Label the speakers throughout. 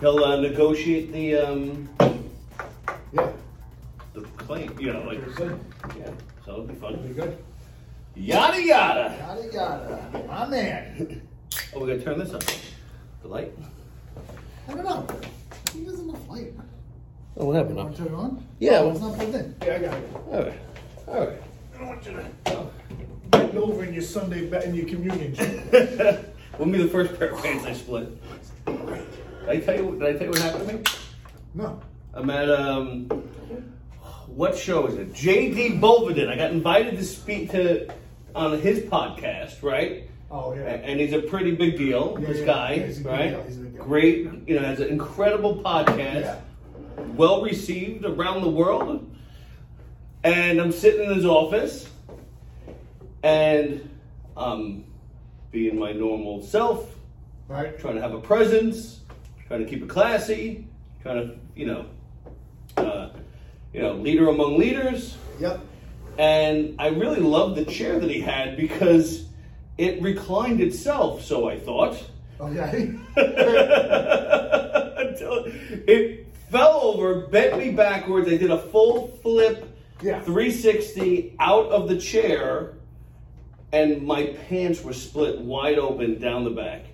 Speaker 1: He'll uh, negotiate the, um,
Speaker 2: Yeah,
Speaker 1: the claim, you know, like,
Speaker 2: you're good,
Speaker 1: yeah, so it'll be
Speaker 2: you're
Speaker 1: fun.
Speaker 2: good.
Speaker 1: Yada yada.
Speaker 2: Yada yada, my man.
Speaker 1: Oh, we gotta turn this up. The light?
Speaker 2: I don't know, he doesn't look light.
Speaker 1: Oh, what happened?
Speaker 2: Want to turn it on?
Speaker 1: Yeah.
Speaker 2: Oh, It's not plugged in. Yeah, I got it.
Speaker 1: Alright, alright.
Speaker 2: I don't want you to bend over in your Sunday, be- in your communion. shirt.
Speaker 1: We'll be the first pair of pants I split. Did I tell you, did I tell you what happened to me?
Speaker 2: No,
Speaker 1: I'm at, um, what show is it? JD Bolvedin. I got invited to speak to, on his podcast, right?
Speaker 2: oh,
Speaker 1: A-
Speaker 2: yeah.
Speaker 1: And he's a pretty big deal,
Speaker 2: Yeah,
Speaker 1: this
Speaker 2: yeah,
Speaker 1: guy,
Speaker 2: yeah, he's a big
Speaker 1: right?
Speaker 2: deal, he's a big deal.
Speaker 1: Great, you know, has an incredible podcast,
Speaker 2: Yeah.
Speaker 1: well received around the world. And I'm sitting in his office, and um, being my normal self,
Speaker 2: Right,
Speaker 1: trying to have a presence, trying to keep it classy, trying to, you know, uh, you know, leader among leaders.
Speaker 2: yep.
Speaker 1: And I really loved the chair that he had because it reclined itself, so I thought.
Speaker 2: Okay.
Speaker 1: Until it fell over, bent me backwards. I did a full flip,
Speaker 2: Yeah.
Speaker 1: 360 out of the chair, and my pants were split wide open down the back.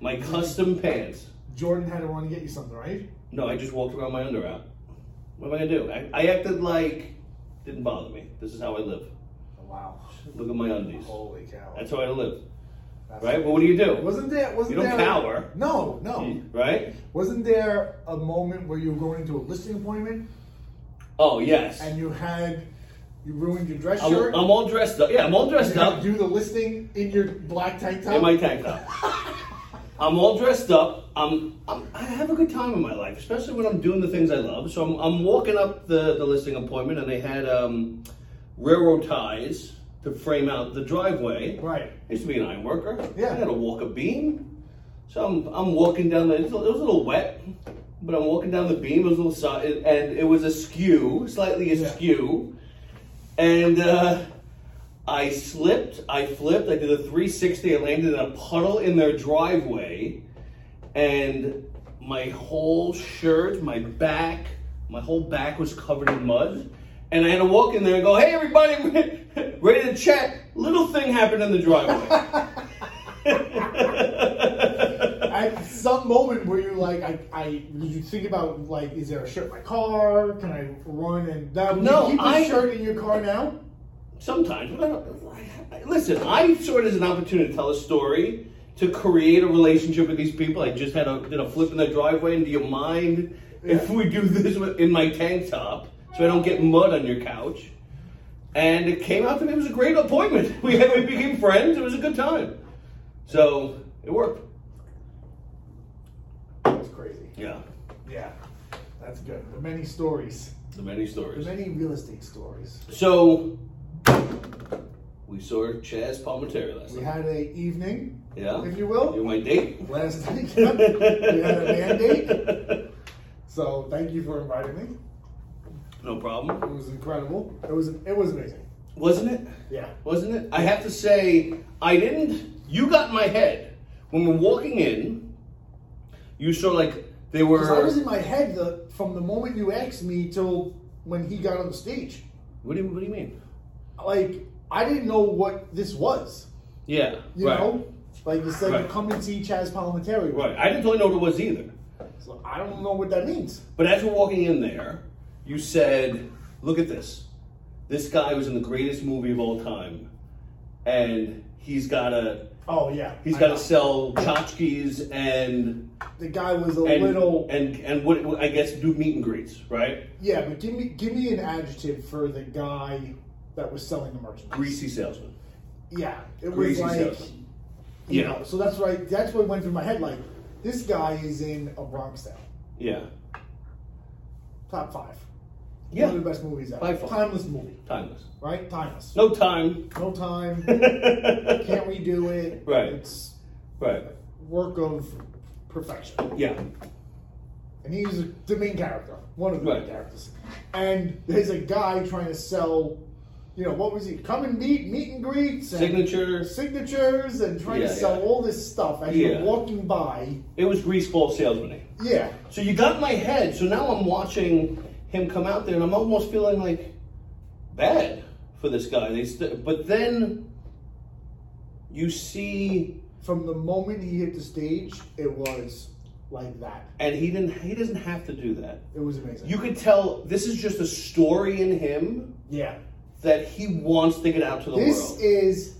Speaker 1: My custom pants.
Speaker 2: Jordan had to run and get you something, right?
Speaker 1: No, I just walked around my under out. What am I gonna do? I, I acted like didn't bother me. This is how I live.
Speaker 2: Wow.
Speaker 1: Look at my undies.
Speaker 2: Holy cow.
Speaker 1: That's how I live,
Speaker 2: That's-
Speaker 1: right? But what do you do?
Speaker 2: Wasn't there, wasn't
Speaker 1: You
Speaker 2: there?
Speaker 1: don't cower. Hmm.
Speaker 2: No, no.
Speaker 1: Right?
Speaker 2: Wasn't there a moment where you were going into a listing appointment
Speaker 1: Oh yes.
Speaker 2: and you had, you ruined your dress
Speaker 1: I'm,
Speaker 2: shirt?
Speaker 1: I'm all dressed up. Yeah, I'm all
Speaker 2: You
Speaker 1: dressed
Speaker 2: had
Speaker 1: up
Speaker 2: to do the listing in your black tank top?
Speaker 1: in my tank top. I'm all dressed up. I'm, I'm I have a good time in my life, especially when I'm doing the things I love. So I'm, I'm walking up the, the listing appointment, and they had um, railroad ties to frame out the driveway.
Speaker 2: Right.
Speaker 1: I used to be an iron worker.
Speaker 2: Yeah.
Speaker 1: I had to walk a beam. So I'm, I'm walking down the, it was a little wet, but I'm walking down the beam, it was a little, so- and and it was askew, slightly
Speaker 2: Yeah.
Speaker 1: askew. And uh, I slipped, I flipped, I did a 360, I landed in a puddle in their driveway, and my whole shirt, my back, my whole back was covered in mud. And I had to walk in there and go, hey everybody, ready to chat. Little thing happened in the driveway.
Speaker 2: At some moment where you're like, I, I, you think about like, is there a shirt in my car? Can I run and that?
Speaker 1: No,
Speaker 2: you keep
Speaker 1: I-
Speaker 2: the shirt in your car now.
Speaker 1: Sometimes, but I don't, I- I- listen, I saw it as an opportunity to tell a story, to create a relationship with these people. I just had a did a flip in the driveway, and do you mind if we do this with- in my tank top so I don't get mud on your couch? And it came out to me. It was a great appointment. We had, we became friends. It was a good time. So it worked.
Speaker 2: That's crazy.
Speaker 1: Yeah,
Speaker 2: Yeah, that's good. The many stories,
Speaker 1: the many
Speaker 2: the
Speaker 1: stories.
Speaker 2: many real estate stories.
Speaker 1: So we saw Chaz Palminteri last
Speaker 2: We
Speaker 1: night.
Speaker 2: had a evening,
Speaker 1: Yeah,
Speaker 2: if you will,
Speaker 1: you're my date.
Speaker 2: last night. we had a mandate, so thank you for inviting me.
Speaker 1: No
Speaker 2: It
Speaker 1: problem.
Speaker 2: was incredible. It was it was amazing.
Speaker 1: Wasn't it?
Speaker 2: Yeah.
Speaker 1: Wasn't it? I have to say, I didn't. You got in my head. When we're walking in, you saw like they were.
Speaker 2: Because I was in my head the, from the moment you asked me till when he got on the stage.
Speaker 1: what, do you, what do you mean?
Speaker 2: Like, I didn't know what this was.
Speaker 1: Yeah.
Speaker 2: You
Speaker 1: right.
Speaker 2: know? Like, you said,
Speaker 1: Right.
Speaker 2: come and see Chaz Palminteri.
Speaker 1: Right. I didn't really know what it was either.
Speaker 2: So I don't know what that means.
Speaker 1: But as we're walking in there, you said, "Look at this. This guy was in the greatest movie of all time, and he's got a
Speaker 2: Oh, yeah.
Speaker 1: he's
Speaker 2: I
Speaker 1: got to
Speaker 2: know.
Speaker 1: sell tchotchkes and
Speaker 2: The guy was a
Speaker 1: and
Speaker 2: little.
Speaker 1: and and what what- I guess do meet and greets, right?
Speaker 2: yeah, but give me give me an adjective for the guy that was selling the merchandise.
Speaker 1: Greasy salesman.
Speaker 2: Yeah. It was
Speaker 1: Greasy
Speaker 2: like.
Speaker 1: salesman.
Speaker 2: You
Speaker 1: Yeah.
Speaker 2: know, so that's right. That's what went through my head. Like, this guy is in a Bronx town.
Speaker 1: Yeah.
Speaker 2: Top five.
Speaker 1: Yeah.
Speaker 2: One of the best movies ever.
Speaker 1: By far.
Speaker 2: Timeless movie,
Speaker 1: Timeless.
Speaker 2: right? Timeless.
Speaker 1: No time.
Speaker 2: No time.
Speaker 1: Can't
Speaker 2: Can't redo it.
Speaker 1: Right.
Speaker 2: It's
Speaker 1: Right.
Speaker 2: work of perfection.
Speaker 1: Yeah.
Speaker 2: And he's the main character, one of the
Speaker 1: Right.
Speaker 2: main characters. And there's a guy trying to sell, you know, what was he? Come and meet, meet and greets, and
Speaker 1: Signatures.
Speaker 2: signatures, and trying
Speaker 1: Yeah,
Speaker 2: to sell
Speaker 1: yeah.
Speaker 2: all this stuff as
Speaker 1: Yeah.
Speaker 2: you're walking by.
Speaker 1: It was greaseball salesman.
Speaker 2: Yeah.
Speaker 1: So you got my head. So now I'm watching him come out there, and I'm almost feeling like bad for this guy. They st- but then you see,
Speaker 2: From the moment he hit the stage, it was like that.
Speaker 1: and he didn't. He doesn't have to do that.
Speaker 2: It was amazing.
Speaker 1: You could tell this is just a story in him
Speaker 2: yeah.
Speaker 1: that he wants to get out to the
Speaker 2: This
Speaker 1: world.
Speaker 2: is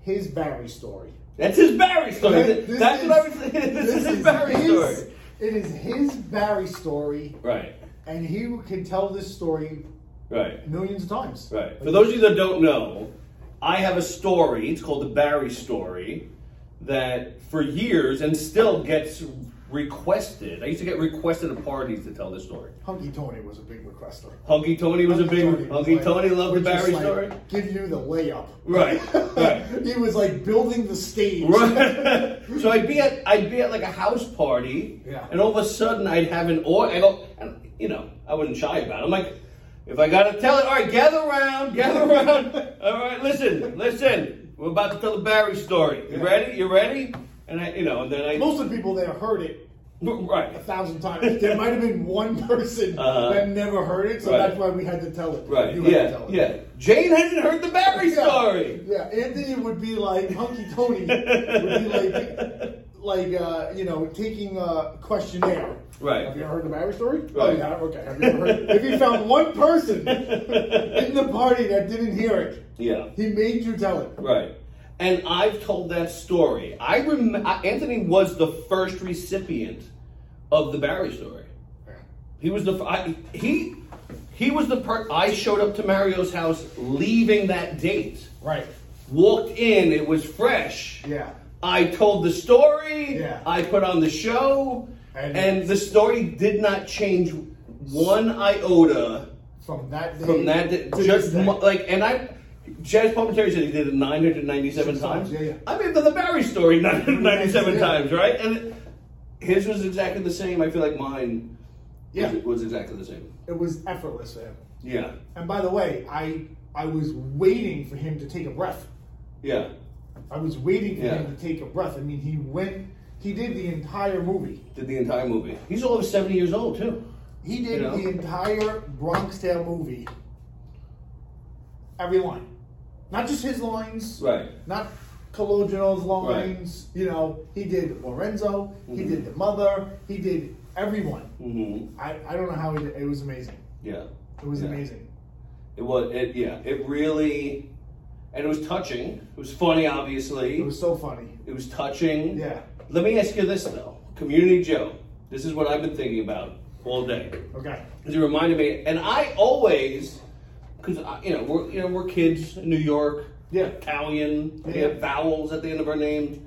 Speaker 2: his Barry story.
Speaker 1: That's his Barry story.
Speaker 2: Right? This
Speaker 1: That's
Speaker 2: is-
Speaker 1: what I was saying. This, is his Barry
Speaker 2: his-
Speaker 1: story.
Speaker 2: It is his Barry story,
Speaker 1: Right.
Speaker 2: and he can tell this story
Speaker 1: Right.
Speaker 2: millions of times.
Speaker 1: Right. For those of you that don't know, I have a story. It's called the Barry story. That for years and still gets requested. I used to get requested at parties to tell this story.
Speaker 2: Hunky Tony was a big requester.
Speaker 1: Hunky Tony was a big
Speaker 2: Tony was
Speaker 1: Hunky
Speaker 2: like-
Speaker 1: Tony loved the
Speaker 2: would just,
Speaker 1: Barry
Speaker 2: like,
Speaker 1: story.
Speaker 2: Give you the layup.
Speaker 1: Right. Right.
Speaker 2: he was like building the stage.
Speaker 1: Right. so I'd be at I'd be at like a house party,
Speaker 2: Yeah.
Speaker 1: and all of a sudden I'd have an or I go, and you know, I wasn't shy about it. I'm like, if I gotta tell it, all right, gather around, gather around. All right, listen, listen. We're about to tell the Barry story. You
Speaker 2: Yeah.
Speaker 1: ready? You ready? And I, you know, and then I
Speaker 2: Most of the people there heard it
Speaker 1: right,
Speaker 2: a thousand times. There might have been one person
Speaker 1: Uh-huh.
Speaker 2: that never heard it, so
Speaker 1: Right.
Speaker 2: that's why we had to tell it.
Speaker 1: right,
Speaker 2: You had to
Speaker 1: yeah,
Speaker 2: tell it.
Speaker 1: yeah. Jane hasn't heard the Barry
Speaker 2: Yeah.
Speaker 1: story.
Speaker 2: Yeah, Anthony would be like hunky Tony, would be like, like uh, you know, taking a questionnaire.
Speaker 1: Right.
Speaker 2: Have you heard the Barry story? Oh
Speaker 1: Right.
Speaker 2: yeah, okay. Have you ever heard? if you found one person in the party that didn't hear it,
Speaker 1: Yeah.
Speaker 2: he made you tell it.
Speaker 1: Right. And I've told that story. I remember Anthony was the first recipient of the Barry story. He was the f I he he was the per- I showed up to Mario's house leaving that date.
Speaker 2: Right.
Speaker 1: Walked in, it was fresh.
Speaker 2: Yeah.
Speaker 1: I told the story.
Speaker 2: Yeah.
Speaker 1: I put on the show,
Speaker 2: And-
Speaker 1: and, the story did not change one iota
Speaker 2: From that day.
Speaker 1: from that day,
Speaker 2: to
Speaker 1: just
Speaker 2: this day.
Speaker 1: mo- like and I Jazz Palminteri said he did it 997 times.
Speaker 2: times, yeah, yeah.
Speaker 1: I mean, the, the Barry story 997
Speaker 2: Yeah.
Speaker 1: times, right? And it, his was exactly the same. I feel like mine
Speaker 2: Yeah.
Speaker 1: was, was exactly the same.
Speaker 2: it was effortless for him.
Speaker 1: Yeah,
Speaker 2: And by the way, I I was waiting for him to take a breath.
Speaker 1: yeah,
Speaker 2: I was waiting for
Speaker 1: Yeah.
Speaker 2: him to take a breath. I mean, he went. He did the entire movie.
Speaker 1: did the entire movie. He's over 70 years old too.
Speaker 2: He did
Speaker 1: You know?
Speaker 2: the entire Bronx Tale movie. Every line, not just his lines,
Speaker 1: Right.
Speaker 2: Not Colodino's lines. You know, he did Lorenzo. He
Speaker 1: Mhm.
Speaker 2: did the mother. He did everyone.
Speaker 1: hmm
Speaker 2: I I don't know how he did. It was amazing.
Speaker 1: Yeah,
Speaker 2: It was
Speaker 1: Yeah.
Speaker 2: amazing.
Speaker 1: it was. It yeah, it really, and it was touching. It was funny, obviously.
Speaker 2: It was so funny.
Speaker 1: It was touching.
Speaker 2: Yeah.
Speaker 1: Let me ask you this though, Community Joe. This is what I've been thinking about all day.
Speaker 2: Okay.
Speaker 1: Because it reminded me, and I always, because you know we're you know we're kids in New York,
Speaker 2: Yeah.
Speaker 1: Italian, we
Speaker 2: Yeah.
Speaker 1: have vowels at the end of our names,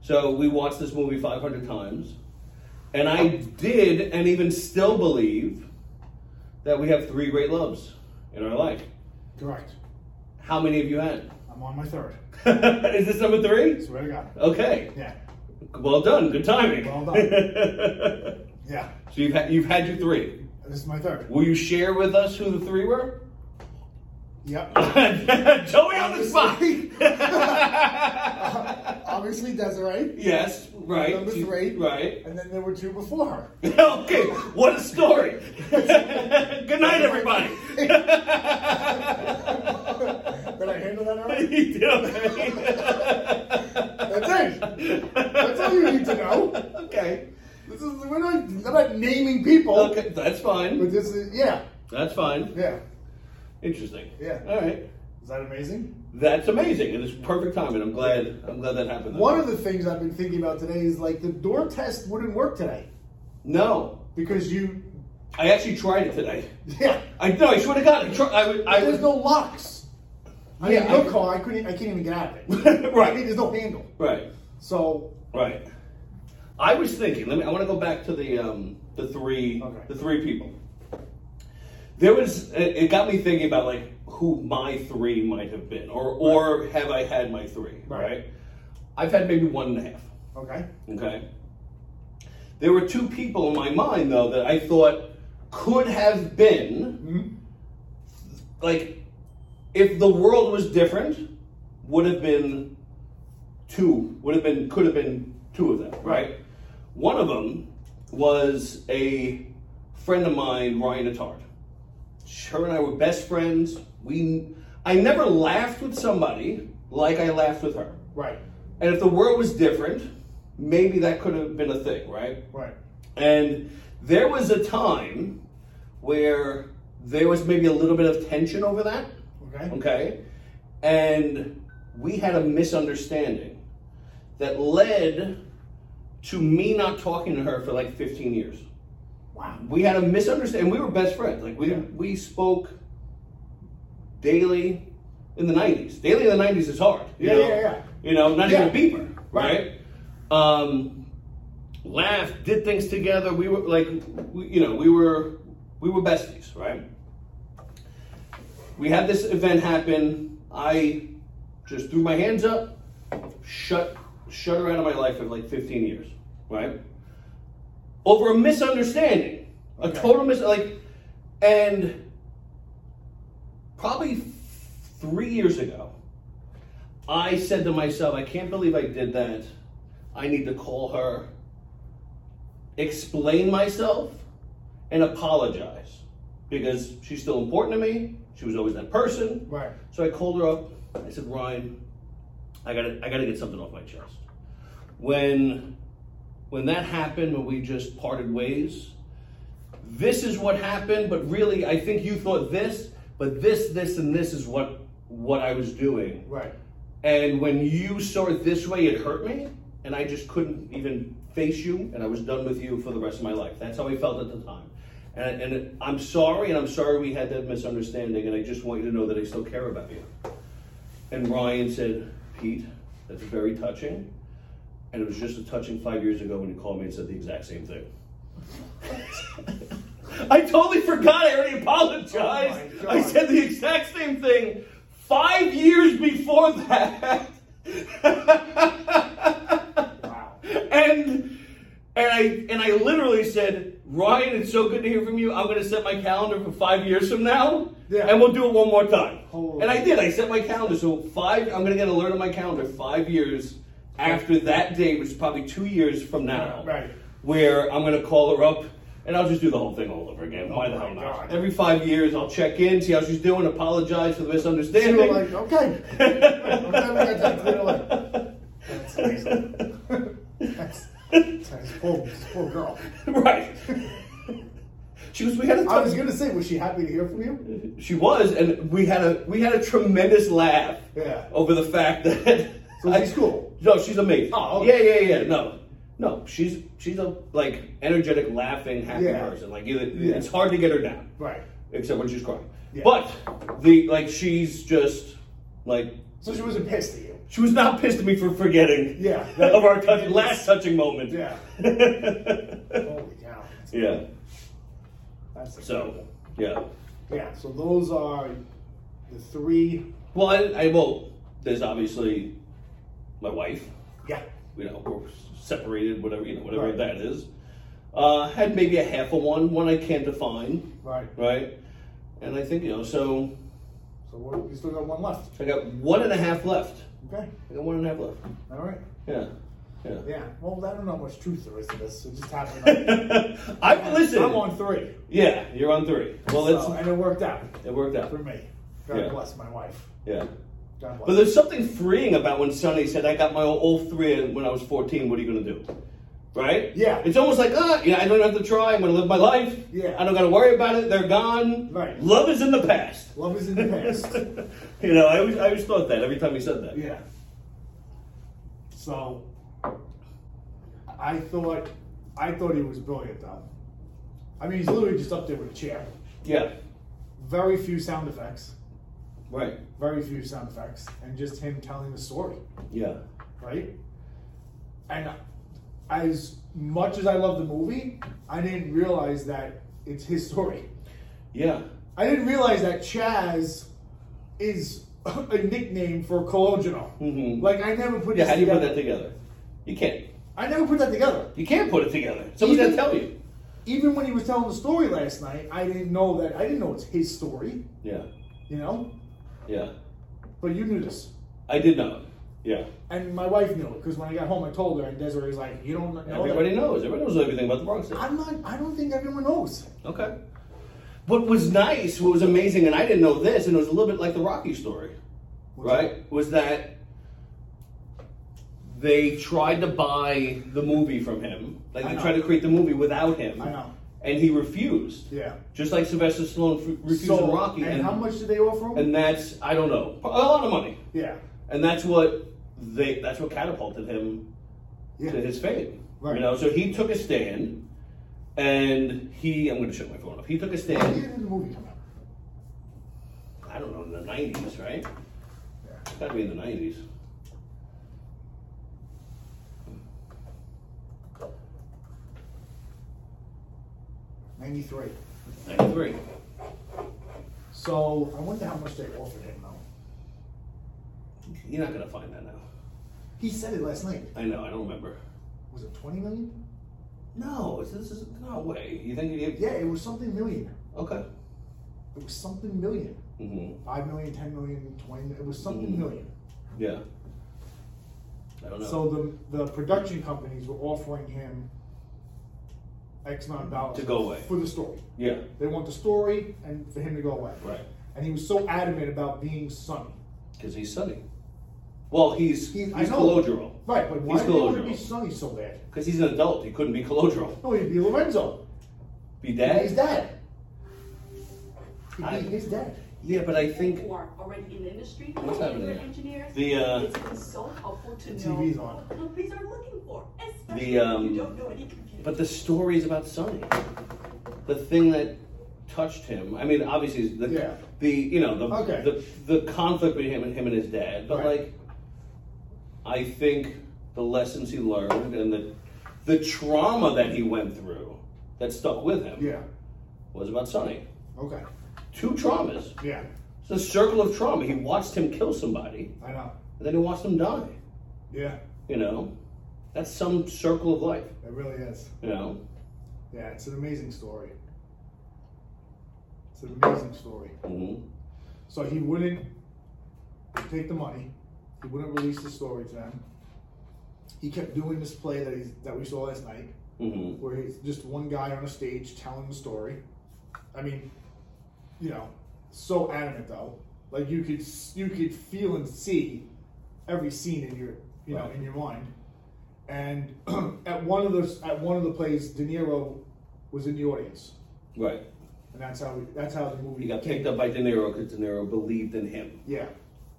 Speaker 1: so we watched this movie 500 times, and I did, and even still believe that we have three great loves in our life.
Speaker 2: Correct.
Speaker 1: How many have you had?
Speaker 2: I'm on my third.
Speaker 1: Is this number three?
Speaker 2: Swear to God.
Speaker 1: Okay,
Speaker 2: Yeah.
Speaker 1: well done, good timing.
Speaker 2: Well Yeah.
Speaker 1: so you've had you've had your three.
Speaker 2: This is my third.
Speaker 1: Will you share with us who the three were?
Speaker 2: Yep.
Speaker 1: Joey on the spot.
Speaker 2: Obviously. Obviously Desiree.
Speaker 1: yes, right.
Speaker 2: Number three.
Speaker 1: Right.
Speaker 2: And then there were two before her.
Speaker 1: okay, what a story. Good night, everybody.
Speaker 2: Did I handle that all right?
Speaker 1: You did okay.
Speaker 2: That's it. That's all you need to know.
Speaker 1: okay.
Speaker 2: This is we're not, we're not naming people.
Speaker 1: Okay, that's
Speaker 2: But
Speaker 1: fine.
Speaker 2: this is yeah,
Speaker 1: That's fine.
Speaker 2: yeah.
Speaker 1: Interesting.
Speaker 2: Yeah.
Speaker 1: All right.
Speaker 2: Is that amazing?
Speaker 1: That's amazing, and it's perfect timing. I'm glad. I'm glad that happened.
Speaker 2: One of the things I've been thinking about today is like the door test wouldn't work today
Speaker 1: no,
Speaker 2: because you
Speaker 1: I actually tried it today.
Speaker 2: yeah.
Speaker 1: I no, I swear to God, I tried. I, would- I
Speaker 2: there's
Speaker 1: was
Speaker 2: no locks. I
Speaker 1: Yeah,
Speaker 2: mean, your
Speaker 1: I-
Speaker 2: car, I couldn't. I can't even get out of it. I mean,
Speaker 1: right,
Speaker 2: there's no handle.
Speaker 1: right.
Speaker 2: So
Speaker 1: Right. I was thinking. Let me. I want to go back to the um, the three
Speaker 2: Okay.
Speaker 1: the three people. There was. It it got me thinking about like who my three might have been, or or have I had my three?
Speaker 2: Right.
Speaker 1: Right. I've had maybe one and a half.
Speaker 2: okay,
Speaker 1: Okay. There were two people in my mind though that I thought could have been like if the world was different, would have been two, would have been, could have been two of them, right? One of them was a friend of mine, Ryan Attard. Her and I were best friends. We, I never laughed with somebody like I laughed with her.
Speaker 2: Right.
Speaker 1: And if the world was different, maybe that could have been a thing, right?
Speaker 2: Right.
Speaker 1: And there was a time where there was maybe a little bit of tension over that,
Speaker 2: Okay.
Speaker 1: okay? And we had a misunderstanding that led to me not talking to her for like 15 years.
Speaker 2: Wow.
Speaker 1: We had a misunderstanding. We were best friends. Like we
Speaker 2: Yeah.
Speaker 1: we spoke daily in the 90s. Daily in the 90s is hard. you
Speaker 2: Yeah,
Speaker 1: know?
Speaker 2: yeah, yeah.
Speaker 1: You know, not
Speaker 2: Yeah.
Speaker 1: even Bieber, right? Um, laughed, did things together. We were like, we, you know, we were we were besties, right? We had this event happen. I just threw my hands up, shut shut her out of my life for like 15 years, right? Over a misunderstanding, a
Speaker 2: Okay.
Speaker 1: total mis like, and probably three years ago, I said to myself, I can't believe I did that. I need to call her, explain myself, and apologize because she's still important to me. She was always that person.
Speaker 2: Right.
Speaker 1: So I called her up. I said, Ryan, I gotta, I gotta get something off my chest. When, when that happened, when we just parted ways, this is what happened. But really, I think you thought this, but this, this, and this is what, what I was doing.
Speaker 2: Right.
Speaker 1: And when you saw it this way, it hurt me, and I just couldn't even face you, and I was done with you for the rest of my life. That's how I felt at the time. And, and I'm sorry, and I'm sorry we had that misunderstanding, and I just want you to know that I still care about you. And Ryan said, Pete, that's very touching. And it was just a touching five years ago when you called me and said the exact same thing. I totally forgot. I already apologized.
Speaker 2: Oh my
Speaker 1: I
Speaker 2: God.
Speaker 1: said the exact same thing five years before that.
Speaker 2: Wow.
Speaker 1: and and I and I literally said, Ryan, it's so good to hear from you. I'm gonna set my calendar for five years from now,
Speaker 2: Yeah.
Speaker 1: and we'll do it one more time.
Speaker 2: Holy-
Speaker 1: And I did. I set my calendar. So five. I'm gonna get an alert on my calendar five years after that day, which is probably two years from now.
Speaker 2: Right.
Speaker 1: Where I'm gonna call her up. And I'll just do the whole thing all over again. Why the
Speaker 2: Oh my
Speaker 1: hell not?
Speaker 2: God.
Speaker 1: Every five years, I'll check in, see how she's doing, apologize for the
Speaker 2: You
Speaker 1: misunderstanding.
Speaker 2: were like, "Oh." okay. okay, we got that cleared away. That's amazing. that's, that's poor, poor girl.
Speaker 1: Right. she was. We had a.
Speaker 2: I was gonna say, was she happy to hear from you?
Speaker 1: she was, and we had a we had a tremendous laugh.
Speaker 2: Yeah.
Speaker 1: Over the fact that.
Speaker 2: So
Speaker 1: I-
Speaker 2: she's cool.
Speaker 1: No, she's amazing.
Speaker 2: Oh, okay.
Speaker 1: Yeah, yeah, yeah. No, no, she's she's a like energetic, laughing, happy
Speaker 2: Yeah.
Speaker 1: person. Like either,
Speaker 2: Yeah.
Speaker 1: it's hard to get her down,
Speaker 2: Right.
Speaker 1: except when she's crying.
Speaker 2: Yeah.
Speaker 1: But the like she's just like
Speaker 2: So she wasn't pissed at you.
Speaker 1: she was not pissed at me for forgetting.
Speaker 2: Yeah.
Speaker 1: of our touch, last touching moment.
Speaker 2: Yeah.
Speaker 1: Yeah.
Speaker 2: Holy cow.
Speaker 1: yeah.
Speaker 2: That's
Speaker 1: So,
Speaker 2: incredible.
Speaker 1: yeah.
Speaker 2: Yeah. So those are the three.
Speaker 1: Well, I, I well, there's obviously my wife.
Speaker 2: Yeah.
Speaker 1: You know, we're separated, whatever you know, whatever
Speaker 2: Right.
Speaker 1: that is. Uh, had maybe a half of one, one I can't define,
Speaker 2: Right.
Speaker 1: right? And I think you know, so
Speaker 2: So we're, we still got one left.
Speaker 1: I got one and a half left.
Speaker 2: Okay.
Speaker 1: I got one and a half left.
Speaker 2: All right.
Speaker 1: Yeah, yeah.
Speaker 2: Yeah. Well, I don't know how much truth there is to this. So it just happened.
Speaker 1: I'm listening.
Speaker 2: I'm on three.
Speaker 1: Yeah, you're on three. Well,
Speaker 2: so,
Speaker 1: it's
Speaker 2: and it worked out
Speaker 1: it worked out.
Speaker 2: for me. God
Speaker 1: Yeah.
Speaker 2: bless my wife.
Speaker 1: Yeah.
Speaker 2: God bless.
Speaker 1: But there's something freeing about when Sonny said, I got my all, all three in when I was 14, what are you going to do? Right?
Speaker 2: Yeah.
Speaker 1: It's almost like, ah, you know, I don't have to try. I'm going to live my life.
Speaker 2: Yeah.
Speaker 1: I don't got to worry about it. They're gone.
Speaker 2: Right.
Speaker 1: Love is in the past.
Speaker 2: Love is in the past.
Speaker 1: you know, I always, I always thought that every time he said that.
Speaker 2: yeah. So I thought I thought he was brilliant though. I mean he's literally just up there with a chair.
Speaker 1: Yeah.
Speaker 2: Very few sound effects.
Speaker 1: Right.
Speaker 2: Very few sound effects. And just him telling the story,
Speaker 1: Yeah.
Speaker 2: right? And as much as I love the movie, I didn't realize that it's his story.
Speaker 1: Yeah.
Speaker 2: I didn't realize that Chaz is a nickname for Collagenol.
Speaker 1: Mhm.
Speaker 2: Like I never put
Speaker 1: Yeah.
Speaker 2: this
Speaker 1: How do you put
Speaker 2: together.
Speaker 1: that together? You can't.
Speaker 2: I never put that together.
Speaker 1: You can't put it together. Someone's got to
Speaker 2: Even-
Speaker 1: tell you.
Speaker 2: Even when he was telling the story last night, I didn't know that. I didn't know it's his story,
Speaker 1: Yeah.
Speaker 2: you know.
Speaker 1: Yeah.
Speaker 2: But you knew this.
Speaker 1: I did know. Yeah.
Speaker 2: And my wife knew it because when I got home, I told her, and Desiree's like, "You don't know."
Speaker 1: Everybody
Speaker 2: that.
Speaker 1: knows. Everybody knows everything about the Bronx.
Speaker 2: I'm not. I don't think everyone knows.
Speaker 1: Okay. What was nice, what was amazing, and I didn't know this, and it was a little bit like the Rocky story, right? Was that they tried to buy the movie from him, like
Speaker 2: I
Speaker 1: they
Speaker 2: know.
Speaker 1: tried to create the movie without him,
Speaker 2: I know.
Speaker 1: and he refused.
Speaker 2: Yeah.
Speaker 1: Just like Sylvester Stallone f- refused in
Speaker 2: So,
Speaker 1: Rocky,
Speaker 2: and how much did they offer him?
Speaker 1: and that's I don't know, a lot of money,
Speaker 2: yeah.
Speaker 1: and that's what they that's what catapulted him
Speaker 2: Yeah.
Speaker 1: to his fame.
Speaker 2: Right.
Speaker 1: You know, so he took a stand, and he I'm going to shut my phone off. He took a
Speaker 2: When
Speaker 1: stand.
Speaker 2: did the movie come out?
Speaker 1: I don't know, in the nineties, right?
Speaker 2: Yeah.
Speaker 1: It's gotta be in the nineties.
Speaker 2: Ninety-three.
Speaker 1: Ninety-three.
Speaker 2: So I wonder how much they offered him though.
Speaker 1: You're not gonna find that now.
Speaker 2: He said it last night.
Speaker 1: I know, I don't remember.
Speaker 2: Was it twenty million?
Speaker 1: No, it's- this is no way. You think you
Speaker 2: Yeah, it was something million.
Speaker 1: Okay.
Speaker 2: It was something million.
Speaker 1: Mm-hmm.
Speaker 2: Five million, ten million, twenty. It was something
Speaker 1: Mhm.
Speaker 2: million.
Speaker 1: Yeah. I don't know.
Speaker 2: So the the production companies were offering him X amount of dollars
Speaker 1: Mm-hmm. To go away.
Speaker 2: for the story.
Speaker 1: yeah.
Speaker 2: They want the story and for him to go away.
Speaker 1: Right.
Speaker 2: And he was so adamant about being Sonny.
Speaker 1: Because he's sunny. Well, he's
Speaker 2: He-
Speaker 1: he's
Speaker 2: I know.
Speaker 1: Calogero.
Speaker 2: Right, but why
Speaker 1: He's
Speaker 2: did he want to
Speaker 1: Calogero.
Speaker 2: be Sonny so bad?
Speaker 1: Because he's an adult. He couldn't be Calogero.
Speaker 2: No, he'd be Lorenzo.
Speaker 1: Be
Speaker 2: He's
Speaker 1: dad.
Speaker 2: His dad.
Speaker 1: I-
Speaker 2: He'd be his dad.
Speaker 1: Yeah, but I think
Speaker 3: who are already in the industry,
Speaker 1: What's
Speaker 3: who are
Speaker 1: happening?
Speaker 3: engineers.
Speaker 1: The, uh,
Speaker 3: It's been so helpful to
Speaker 2: The
Speaker 3: know
Speaker 2: TV's on.
Speaker 3: what the companies are looking for, especially
Speaker 1: The, um,
Speaker 3: if you don't know any computer.
Speaker 1: But the story is about Sonny. The thing that touched him. I mean, obviously, is the
Speaker 2: Yeah.
Speaker 1: the you know the,
Speaker 2: Okay.
Speaker 1: the the conflict between him and him and his dad. But
Speaker 2: Right.
Speaker 1: like, I think the lessons he learned and the the trauma that he went through that stuck with him
Speaker 2: Yeah.
Speaker 1: was about Sonny.
Speaker 2: Okay.
Speaker 1: Two traumas.
Speaker 2: Yeah.
Speaker 1: It's a circle of trauma. He watched him kill somebody,
Speaker 2: I know.
Speaker 1: and then he watched him die.
Speaker 2: Yeah.
Speaker 1: You know, that's some circle of life.
Speaker 2: It really is.
Speaker 1: You know.
Speaker 2: Yeah, it's an amazing story. It's an amazing story.
Speaker 1: hmm
Speaker 2: So he wouldn't take the money. He wouldn't release the story to them. He kept doing this play that he's that we saw last night,
Speaker 1: hmm
Speaker 2: where he's just one guy on a stage telling the story. I mean, you know, so adamant though. Like you could s- you could feel and see every scene in your you know
Speaker 1: Right.
Speaker 2: in your mind. And at one of those at one of the plays, De Niro was in the audience,
Speaker 1: Right.
Speaker 2: and that's how we, that's how the movie
Speaker 1: He got
Speaker 2: came-
Speaker 1: picked up by De Niro because De Niro believed in him.
Speaker 2: Yeah.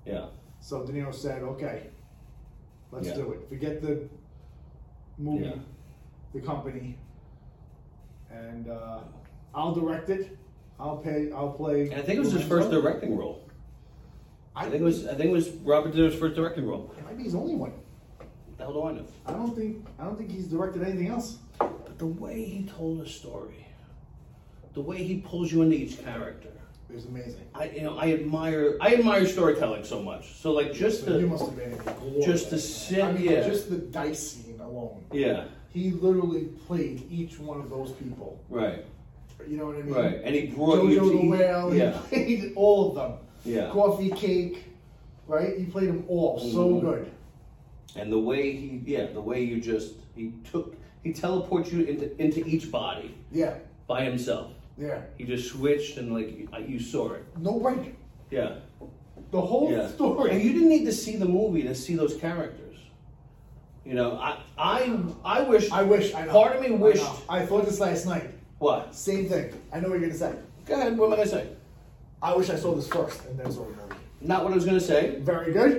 Speaker 1: Yeah.
Speaker 2: So De Niro said, "Okay, let's
Speaker 1: Yeah.
Speaker 2: do it. Forget the movie,
Speaker 1: Yeah.
Speaker 2: the company, and uh, I'll direct it. I'll pay. I'll play."
Speaker 1: And I think it was his first
Speaker 2: Lorenzo.
Speaker 1: directing role.
Speaker 2: I
Speaker 1: I think it was I think it was Robert De Niro's first directing role.
Speaker 2: It might be his only one.
Speaker 1: What the hell do I know?
Speaker 2: I don't think. I don't think he's directed anything else.
Speaker 1: But the way he told a story, the way he pulls you into each character,
Speaker 2: It was amazing.
Speaker 1: I you know I admire I admire storytelling so much. So like just
Speaker 2: So you
Speaker 1: the
Speaker 2: must have been in
Speaker 1: just the
Speaker 2: sit. I
Speaker 1: sit-
Speaker 2: mean,
Speaker 1: yeah.
Speaker 2: just the dice scene alone.
Speaker 1: yeah
Speaker 2: He literally played each one of those people.
Speaker 1: right
Speaker 2: You know what I mean?
Speaker 1: right and he brought you
Speaker 2: Jojo
Speaker 1: to
Speaker 2: the Whale.
Speaker 1: yeah
Speaker 2: He played all of them.
Speaker 1: Yeah.
Speaker 2: Coffee Cake, right? He played them all so
Speaker 1: Mhm.
Speaker 2: good.
Speaker 1: and the way he yeah the way you just he took he teleports you into into each body
Speaker 2: Yeah,
Speaker 1: by himself.
Speaker 2: yeah.
Speaker 1: He just switched and like you, you saw it.
Speaker 2: No break.
Speaker 1: Yeah.
Speaker 2: The whole
Speaker 1: yeah. And
Speaker 2: story.
Speaker 1: you didn't need to see the movie to see those characters. You know, I I I wish
Speaker 2: I wish. I know.
Speaker 1: part of me
Speaker 2: I
Speaker 1: wished
Speaker 2: know. I, thought this last night.
Speaker 1: what?
Speaker 2: Same thing. I know what you're gonna say.
Speaker 1: Go ahead, what am I gonna say?
Speaker 2: I wish I saw this first and then saw the movie.
Speaker 1: Not what I was gonna say.
Speaker 2: Very good.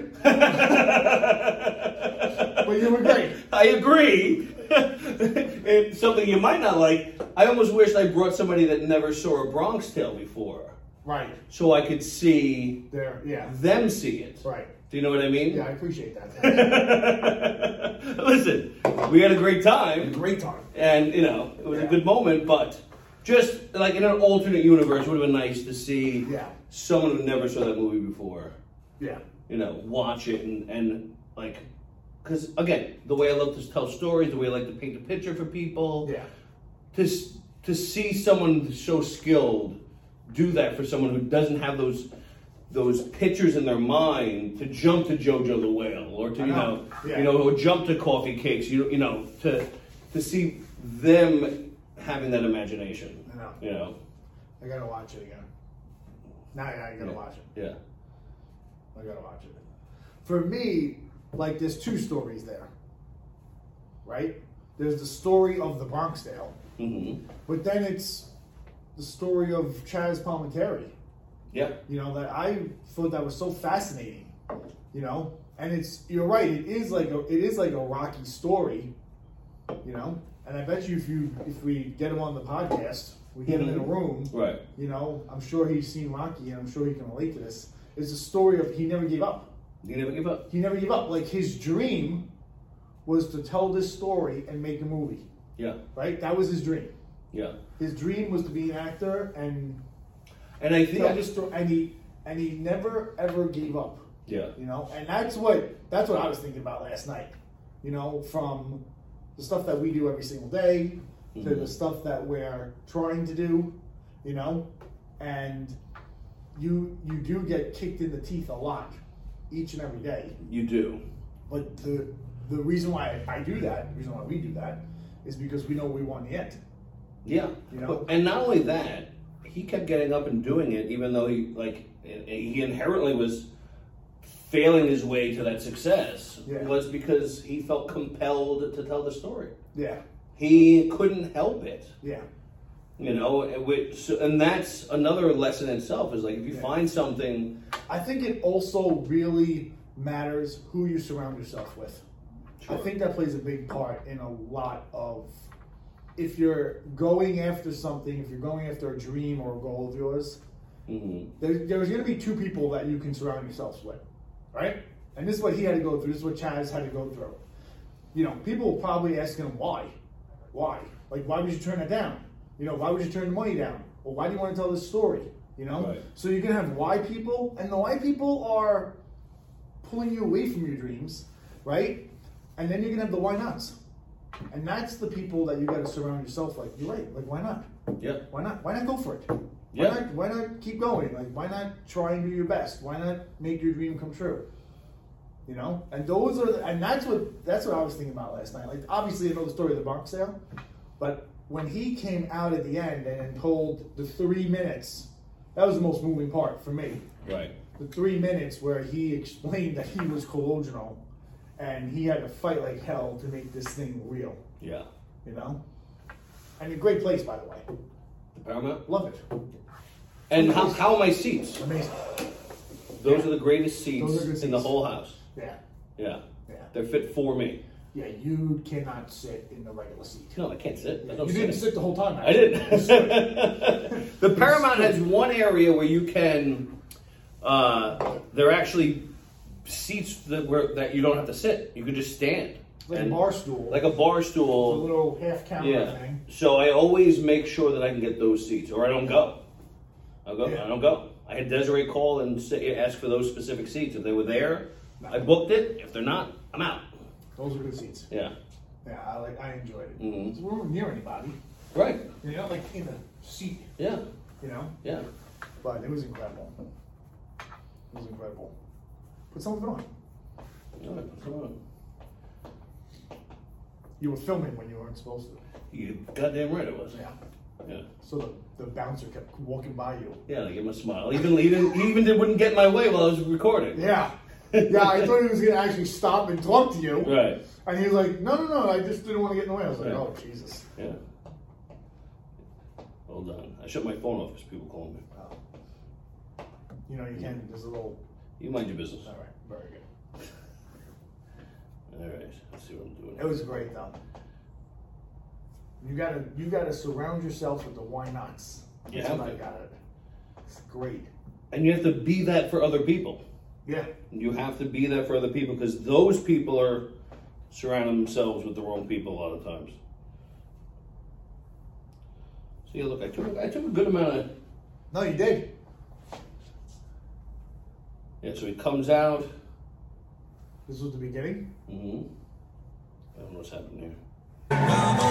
Speaker 2: But you were great.
Speaker 1: I agree. it's something you might not like. I almost wish I brought somebody that never saw a Bronx Tale before,
Speaker 2: Right.
Speaker 1: so I could see
Speaker 2: There. Yeah.
Speaker 1: them see it.
Speaker 2: Right.
Speaker 1: Do you know what I mean?
Speaker 2: Yeah. I appreciate that.
Speaker 1: Listen, we had a great time.
Speaker 2: great time.
Speaker 1: and you know it was a
Speaker 2: Yeah.
Speaker 1: good moment but just like in an alternate universe would have been nice to see
Speaker 2: Yeah.
Speaker 1: someone who never saw that movie before
Speaker 2: Yeah.
Speaker 1: you know watch it and, and like because again the way i love to tell stories the way i like to paint a picture for people
Speaker 2: Yeah.
Speaker 1: to, s- to see someone so skilled do that for someone who doesn't have those those pictures in their mind to jump to JoJo the Whale or to
Speaker 2: I
Speaker 1: you
Speaker 2: know.
Speaker 1: know,
Speaker 2: Yeah.
Speaker 1: you know, or jump to Coffee Cakes. You you know to to see them having that imagination.
Speaker 2: I know.
Speaker 1: You know.
Speaker 2: I gotta watch it again. Now I gotta watch it.
Speaker 1: Yeah.
Speaker 2: I gotta watch it. For me, like there's two stories there. Right? There's the story of the Bronx Tale,
Speaker 1: Mm-hmm.
Speaker 2: but then it's the story of Chaz Palminteri.
Speaker 1: Yeah.
Speaker 2: You know that I thought that was so fascinating. You know, and it's you're right. It is like a it is like a rocky story. You know, and I bet you if you if we get him on the podcast, we get him in a
Speaker 1: Mhm.
Speaker 2: room.
Speaker 1: Right.
Speaker 2: You know, I'm sure he's seen Rocky, and I'm sure he can relate to this. It's a story of he never gave up.
Speaker 1: You never give up.
Speaker 2: He never gave up. Like his dream was to tell this story and make a movie.
Speaker 1: Yeah.
Speaker 2: Right, that was his dream.
Speaker 1: Yeah.
Speaker 2: His dream was to be an actor, and
Speaker 1: And I
Speaker 2: you
Speaker 1: think
Speaker 2: know, this sto- and he and he never ever gave up.
Speaker 1: yeah.
Speaker 2: You know, and that's what that's what I was thinking about last night. You know, from the stuff that we do every single day to the
Speaker 1: Mhm.
Speaker 2: stuff that we're trying to do, you know, and you you do get kicked in the teeth a lot each and every day.
Speaker 1: You do.
Speaker 2: But the the reason why I do that, the reason why we do that, is because we know we want the end.
Speaker 1: Yeah.
Speaker 2: You know?
Speaker 1: But- and not only that, he kept getting up and doing it, even though he like he inherently was failing his way to that success.
Speaker 2: Yeah.
Speaker 1: Was because he felt compelled to tell the story.
Speaker 2: Yeah,
Speaker 1: He couldn't help it.
Speaker 2: yeah,
Speaker 1: You know, and which and that's another lesson in itself is like if you
Speaker 2: Yeah.
Speaker 1: find something,
Speaker 2: I think it also really matters who you surround yourself with. I
Speaker 1: Sure.
Speaker 2: think that plays a big part in a lot of if you're going after something, if you're going after a dream or a goal of yours,
Speaker 1: mhm,
Speaker 2: there, there's going to be two people that you can surround yourselves with, right? And this is what he had to go through. This is what Chaz had to go through. You know, people were probably asking him why, why, like why would you turn that down? You know, why would you turn the money down? Or why do you want to tell this story? You know,
Speaker 1: Right.
Speaker 2: so you're gonna have why people, and the why people are pulling you away from your dreams, right? And then you're gonna have the why nots, and that's the people that you got to surround yourself like. You're right. Like why not?
Speaker 1: yeah,
Speaker 2: why not why not go for it why
Speaker 1: Yeah.
Speaker 2: not why not keep going like why not try and do your best why not make your dream come true you know and those are the, and that's what that's what i was thinking about last night like obviously i know the story of the bunk sale but when he came out at the end and told the three minutes that was the most moving part for me
Speaker 1: right,
Speaker 2: the three minutes where he explained that he was collusional and he had to fight like hell to make this thing real
Speaker 1: yeah.
Speaker 2: you know and a great place by the way
Speaker 1: The Paramount
Speaker 2: love it
Speaker 1: and how, how are my seats?
Speaker 2: Amazing.
Speaker 1: Those are the greatest seats
Speaker 2: Those are
Speaker 1: in
Speaker 2: good
Speaker 1: the
Speaker 2: seats.
Speaker 1: whole house.
Speaker 2: Yeah.
Speaker 1: Yeah,
Speaker 2: Yeah.
Speaker 1: they're fit for me.
Speaker 2: Yeah, you cannot sit in the regular seat.
Speaker 1: No, I can't sit. That's what
Speaker 2: you
Speaker 1: I'm
Speaker 2: didn't
Speaker 1: saying.
Speaker 2: sit the whole time.
Speaker 1: I didn't. the Paramount has one area where you can. Uh, there are actually seats that where that you don't have to sit. You can just stand.
Speaker 2: Like
Speaker 1: And-
Speaker 2: a bar stool.
Speaker 1: Like a bar
Speaker 2: a
Speaker 1: stool.
Speaker 2: little half camera
Speaker 1: Yeah.
Speaker 2: thing.
Speaker 1: So I always make sure that I can get those seats, or I don't go. I go.
Speaker 2: Yeah.
Speaker 1: I don't go. I had Desiree call and say, ask for those specific seats. If they were there, I booked it. If they're not, I'm out.
Speaker 2: Those are good seats.
Speaker 1: Yeah.
Speaker 2: Yeah, I like. I enjoyed it.
Speaker 1: Mhm.
Speaker 2: So we weren't near anybody.
Speaker 1: Right.
Speaker 2: You know, like in the seat.
Speaker 1: Yeah.
Speaker 2: You know,
Speaker 1: Yeah.
Speaker 2: but it was incredible. It was incredible. Put some of it on.
Speaker 1: All right, come on.
Speaker 2: You were filming when you weren't supposed to.
Speaker 1: You goddamn right it was.
Speaker 2: Yeah.
Speaker 1: Yeah.
Speaker 2: So the, the bouncer kept walking by you.
Speaker 1: Yeah, like give him a smile. Even he, didn't, he even did, wouldn't get in my way while I was recording.
Speaker 2: Yeah. Yeah, I thought he was gonna actually stop and talk to you.
Speaker 1: Right.
Speaker 2: And he was like, no, no, no, I just didn't want to get in the way. I was like,
Speaker 1: Yeah.
Speaker 2: oh, Jesus.
Speaker 1: Yeah. Well done. I shut my phone off because people call me.
Speaker 2: Wow. You know, you can, there's a little,
Speaker 1: You mind your business.
Speaker 2: all right, very good.
Speaker 1: All right. Let's see what I'm doing.
Speaker 2: It was great, though. You gotta, you gotta surround yourself with the why nots. That's
Speaker 1: Yeah.
Speaker 2: what I got it. It's great.
Speaker 1: and you have to be that for other people.
Speaker 2: Yeah.
Speaker 1: You have to be that for other people because those people are surrounding themselves with the wrong people a lot of times. See, look, I took I took a good amount of
Speaker 2: No, you did.
Speaker 1: yeah. So he comes out.
Speaker 2: This was the beginning.
Speaker 1: hmm I don't know what's happening here.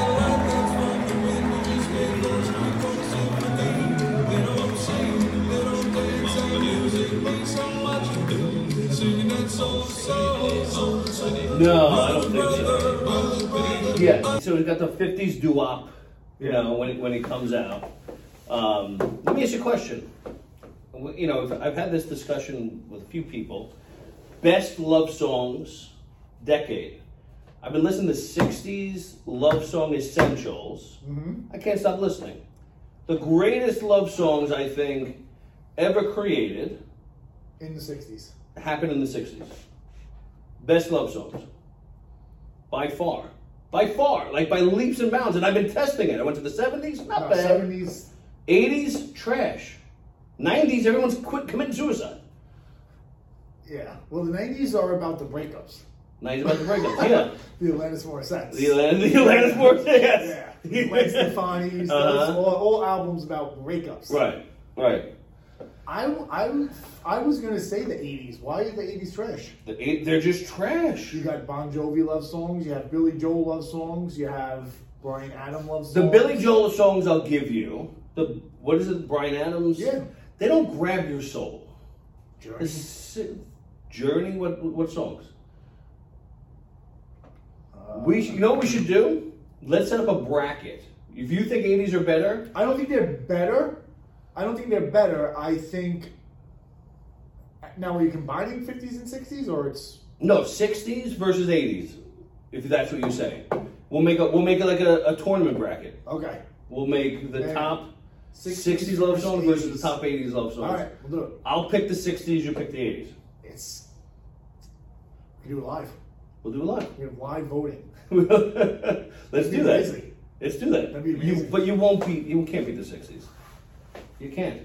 Speaker 1: No, I don't think so. Yeah, so we've got the 50s doo wop, you know, when it, when it comes out. Um, let me ask you a question. W- You know, I've- I've had this discussion with a few people. Best love songs decade. I've been listening to 60s love song essentials.
Speaker 2: Mm-hmm.
Speaker 1: I can't stop listening. The greatest love songs I think ever created
Speaker 2: in the '60s.
Speaker 1: happened in the 60s. Best love songs. By far. By far. Like by leaps and bounds. And I've been testing it. I went to the 70s, not
Speaker 2: No,
Speaker 1: bad.
Speaker 2: '70s.
Speaker 1: 80s, trash. 90s, everyone's quit committing suicide.
Speaker 2: Yeah. Well, the '90s are about the breakups.
Speaker 1: 90s about to break up. Yeah.
Speaker 2: The Alanis Morissette.
Speaker 1: The Atlantis, the Atlantis Force,
Speaker 2: Yeah.
Speaker 1: yes.
Speaker 2: Gwen Stefani's.
Speaker 1: Uh-huh.
Speaker 2: Those, all, all albums about breakups.
Speaker 1: Right, right.
Speaker 2: I, I, I was gonna say the '80s. Why is the '80s trash?
Speaker 1: The eight, they're just trash.
Speaker 2: You got Bon Jovi love songs. You have Billy Joel love songs. You have Brian Adam love songs.
Speaker 1: The Billy Joel songs I'll give you. The what is it, Brian Adams?
Speaker 2: Yeah.
Speaker 1: They don't grab your soul.
Speaker 2: Journey.
Speaker 1: It's- Journey. What what songs?
Speaker 2: Uh,
Speaker 1: we sh- you know what we should do? Let's set up a bracket. If you think eighties are better,
Speaker 2: I don't think they're better. I don't think they're better. I think. Now, are you combining 50s and 60s, or it's.
Speaker 1: no sixties versus eighties. If that's what you're saying, we'll make a we'll make it like a, a tournament bracket.
Speaker 2: Okay.
Speaker 1: We'll make the
Speaker 2: Yeah.
Speaker 1: top
Speaker 2: 60s
Speaker 1: sixties love
Speaker 2: versus
Speaker 1: songs versus the
Speaker 2: 80s.
Speaker 1: top eighties love songs.
Speaker 2: All right, we'll do it.
Speaker 1: I'll pick the sixties. You pick the eighties.
Speaker 2: It's. We can do it live.
Speaker 1: We'll do a lot.
Speaker 2: We have live voting.
Speaker 1: Let's do that.
Speaker 2: Amazing.
Speaker 1: Let's do that.
Speaker 2: That'd be
Speaker 1: You-
Speaker 2: amazing.
Speaker 1: but you won't be. You can't beat the sixties. You can't.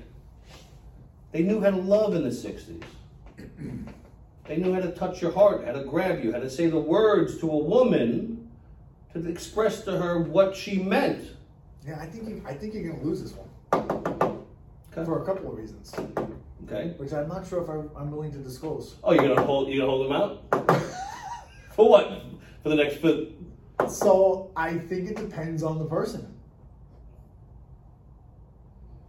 Speaker 1: They knew how to love in the sixties. They knew how to touch your heart, how to grab you, how to say the words to a woman to express to her what she meant.
Speaker 2: Yeah, I think you, I think you're gonna lose this one
Speaker 1: Okay.
Speaker 2: for a couple of reasons,
Speaker 1: Okay.
Speaker 2: which I'm not sure if I'm, I'm willing to disclose.
Speaker 1: Oh, you're gonna hold. You gonna hold them out for what? For the next for
Speaker 2: So I think it depends on the person.